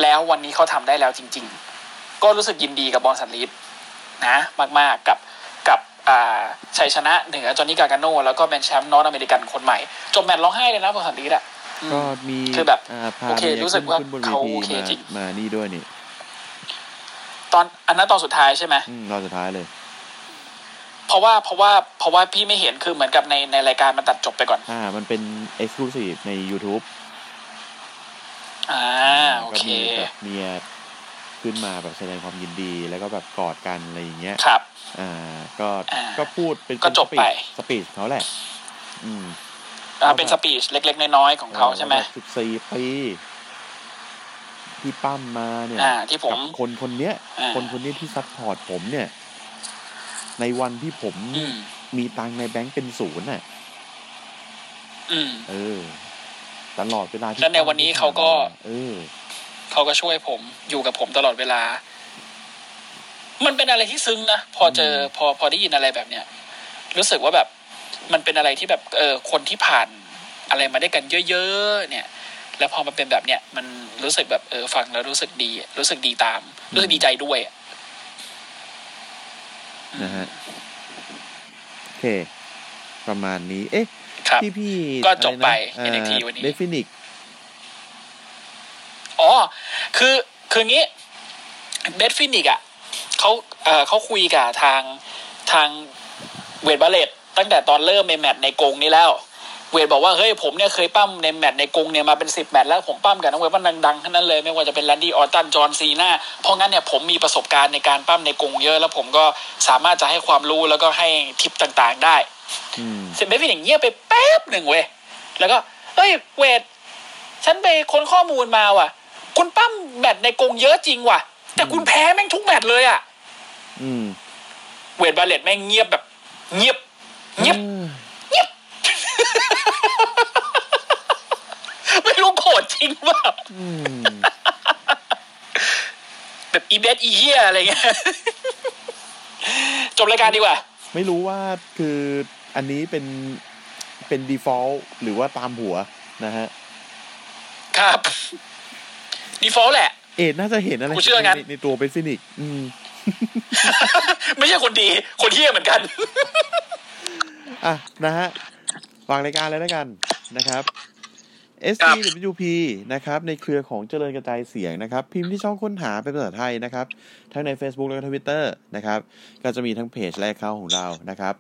Speaker 3: แล้ววันนี้เขาทำได้แล้วจริง ๆ ก็รู้สึกยินดีกับบอลสันลีฟนะมากๆกับกับอ่าชัยชนะเหนือจอห์นนี่กาการโน่แล้วก็เป็นแชมป์นอตอเมริกันคนใหม่ จบแมตช์ร้องไห้เลยนะบอลสันลีฟอะ
Speaker 2: ก็มี
Speaker 3: คือแบบ
Speaker 2: าพา
Speaker 3: โอเค
Speaker 2: มีย
Speaker 3: รู้สึกว่า
Speaker 2: ขึ้นบน
Speaker 3: เขา
Speaker 2: วที
Speaker 3: โอเค
Speaker 2: มา
Speaker 3: จริง
Speaker 2: มานี่ด้วยนี่
Speaker 3: ตอนอันนั้นตอนสุดท้ายใช่ไหม
Speaker 2: อืมรอบสุดท้ายเลย
Speaker 3: เพราะว่าเพราะว่าเพราะว่าพี่ไม่เห็นคือเหมือนกับในในรายการมันตัดจบไปก่อน
Speaker 2: อ่า มันเป็น Exclusive ใน YouTube
Speaker 3: อ่าโอ
Speaker 2: ก็
Speaker 3: เค
Speaker 2: มีแบบเมียขึ้นมาแบบแสดงความยินดีแล้วก็แบบกอดกันอะไรอย่างเงี้ย
Speaker 3: ครับ
Speaker 2: อ่า ก็
Speaker 3: อ่า
Speaker 2: ก็พูดเป็น
Speaker 3: ก็จบไป
Speaker 2: สปีดเขาแหละ อืม
Speaker 3: อ่าเป็นสปีชเล็ก ๆ น้อยๆของเขาใช่ไหม
Speaker 2: สิบสี่ปี ที่ปั้มมาเนี่ย
Speaker 3: อ่าที่ผม
Speaker 2: กับคนคนเนี้ย
Speaker 3: อ่า
Speaker 2: คนคนเนี้ยที่ซัพพอร์ตผมเนี่ย ในวันที่ผม
Speaker 3: อืม
Speaker 2: มีตังค์ในแบงค์เป็นศูนย์น่ะ
Speaker 3: อืม
Speaker 2: เออตลอดเวลาที่
Speaker 3: แล้วในวันนี้เขาก็
Speaker 2: เออ
Speaker 3: เขาก็ช่วยผมอยู่กับผมตลอดเวลา มันเป็นอะไรที่ซึ้งนะ พอเจอ
Speaker 2: อืม
Speaker 3: พอพอได้ยินอะไรแบบเนี้ยรู้สึกว่าแบบ มันเป็นอะไรที่แบบ เออ คนที่ผ่าน อะไรมาได้วยกันเยอะๆเนี่ย แล้วพอมันเป็นแบบเนี้ยมันรู้สึกแบบเออฟังแล้วรู้สึกดี รู้สึกดีตามรู้สึกดีใจด้วยอะ
Speaker 2: นะฮะโอเค ประมาณนี้ เอ๊ะ
Speaker 3: ครับ
Speaker 2: พี่พี่
Speaker 3: ก็จบไป
Speaker 2: อะไรนะ
Speaker 3: NXT วันนี้
Speaker 2: เดฟินิก
Speaker 3: อ๋อ คือ คืองี้ เดดฟินิกอ่ะเขาเอ่อเขาคุยกับทาง ทางเวดบาเลตตั้งแต่ตอนเริ่มในแมตช์ในกรงนี้แล้ว เวดบอกว่า เฮ้ย ผมเนี่ยเคยปั้มในแมตช์ในกรงเนี่ยมาเป็นสิบแมตช์แล้วผมปั้มกับนักเวทมันดังๆทั้งนั้นเลย ไม่ว่าจะเป็นแลนดี้ออตตัน จอห์นซีนาเพราะงั้นเนี่ยผมมีประสบการณ์ในการปั้มในกรงเยอะ แล้วผมก็สามารถจะให้ความรู้แล้วก็ให้ทิปต่างๆได้
Speaker 2: อืม
Speaker 3: เสร็จเบฟฟินอย่างเงียบไปแป๊บหนึ่งเว้ย แล้วก็ เฮ้ย เวท ฉันไปค้นข้อมูลมาว่ะ คุณปั้มแมตช์ในกรงเยอะจริงว่ะ แต่คุณแพ้แม่งทุกแมตช์เลยอะ
Speaker 2: อืม
Speaker 3: เวทบาเลตแม่งเงียบแบบ เงียบ เงียบ ไม่รู้โกรธจริงว่า
Speaker 2: อืม
Speaker 3: แบบอีเบสอีเฮียอะไรเงี้ย จบรายการดีกว่า
Speaker 2: ไม่รู้ว่าคืออันนี้เป็นเป็น default หรือว่าตามหัวนะฮะ
Speaker 3: ครับ ดีฟอลต์แหละ
Speaker 2: เอดน่าจะเห็นอะไร
Speaker 3: กูเชื่องั้น
Speaker 2: ในในตัวเบสฟินิกอืม
Speaker 3: ไม่ใช่คนดี คนเฮียเหมือนกัน
Speaker 2: อ่ะ นะฮะวางรายการเลยแล้วกันนะครับ S
Speaker 3: ครั
Speaker 2: C
Speaker 3: บ
Speaker 2: W P นะครับ ในเครือของเจริญกระจายเสียงนะครับ พิมพ์ที่ช่องค้นหาเป็นภาษาไทยนะครับ ทั้งใน Facebook แล้วก็ทวิตเตอร์นะครับ ก็จะมีทั้งเพจและแอคเคาท์ของเรานะครับ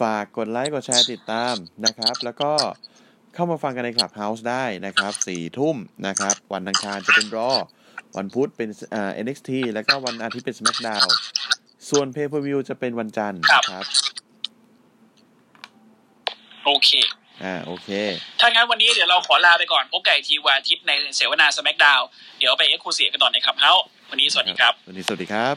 Speaker 2: ฝากกดไลค์กดแชร์ติดตามนะครับ แล้วก็เข้ามาฟังกันในคลับเฮาส์ได้นะครับสี่ทุ่มนะครับ วันอังคารจะเป็นรอ วันพุธเป็นเอ่อ NXT แล้วก็วันอาทิตย์เป็น SmackDown ส่วน Pay Per View จะเป็นวันจันทร์นะครับ
Speaker 3: โอเค
Speaker 2: อ่าโอเค
Speaker 3: ถ้างั้นวันนี้เดี๋ยวเราขอลาไปก่อน พบกันอีกทีวันอาทิตย์ในเสวนาสแมกดาว เดี๋ยวไปเอ็กซ์คลูซีฟกันต่อในครับเฮ้าวันนี้สวัสดีครับ
Speaker 2: วันนี้สวัสดีครับ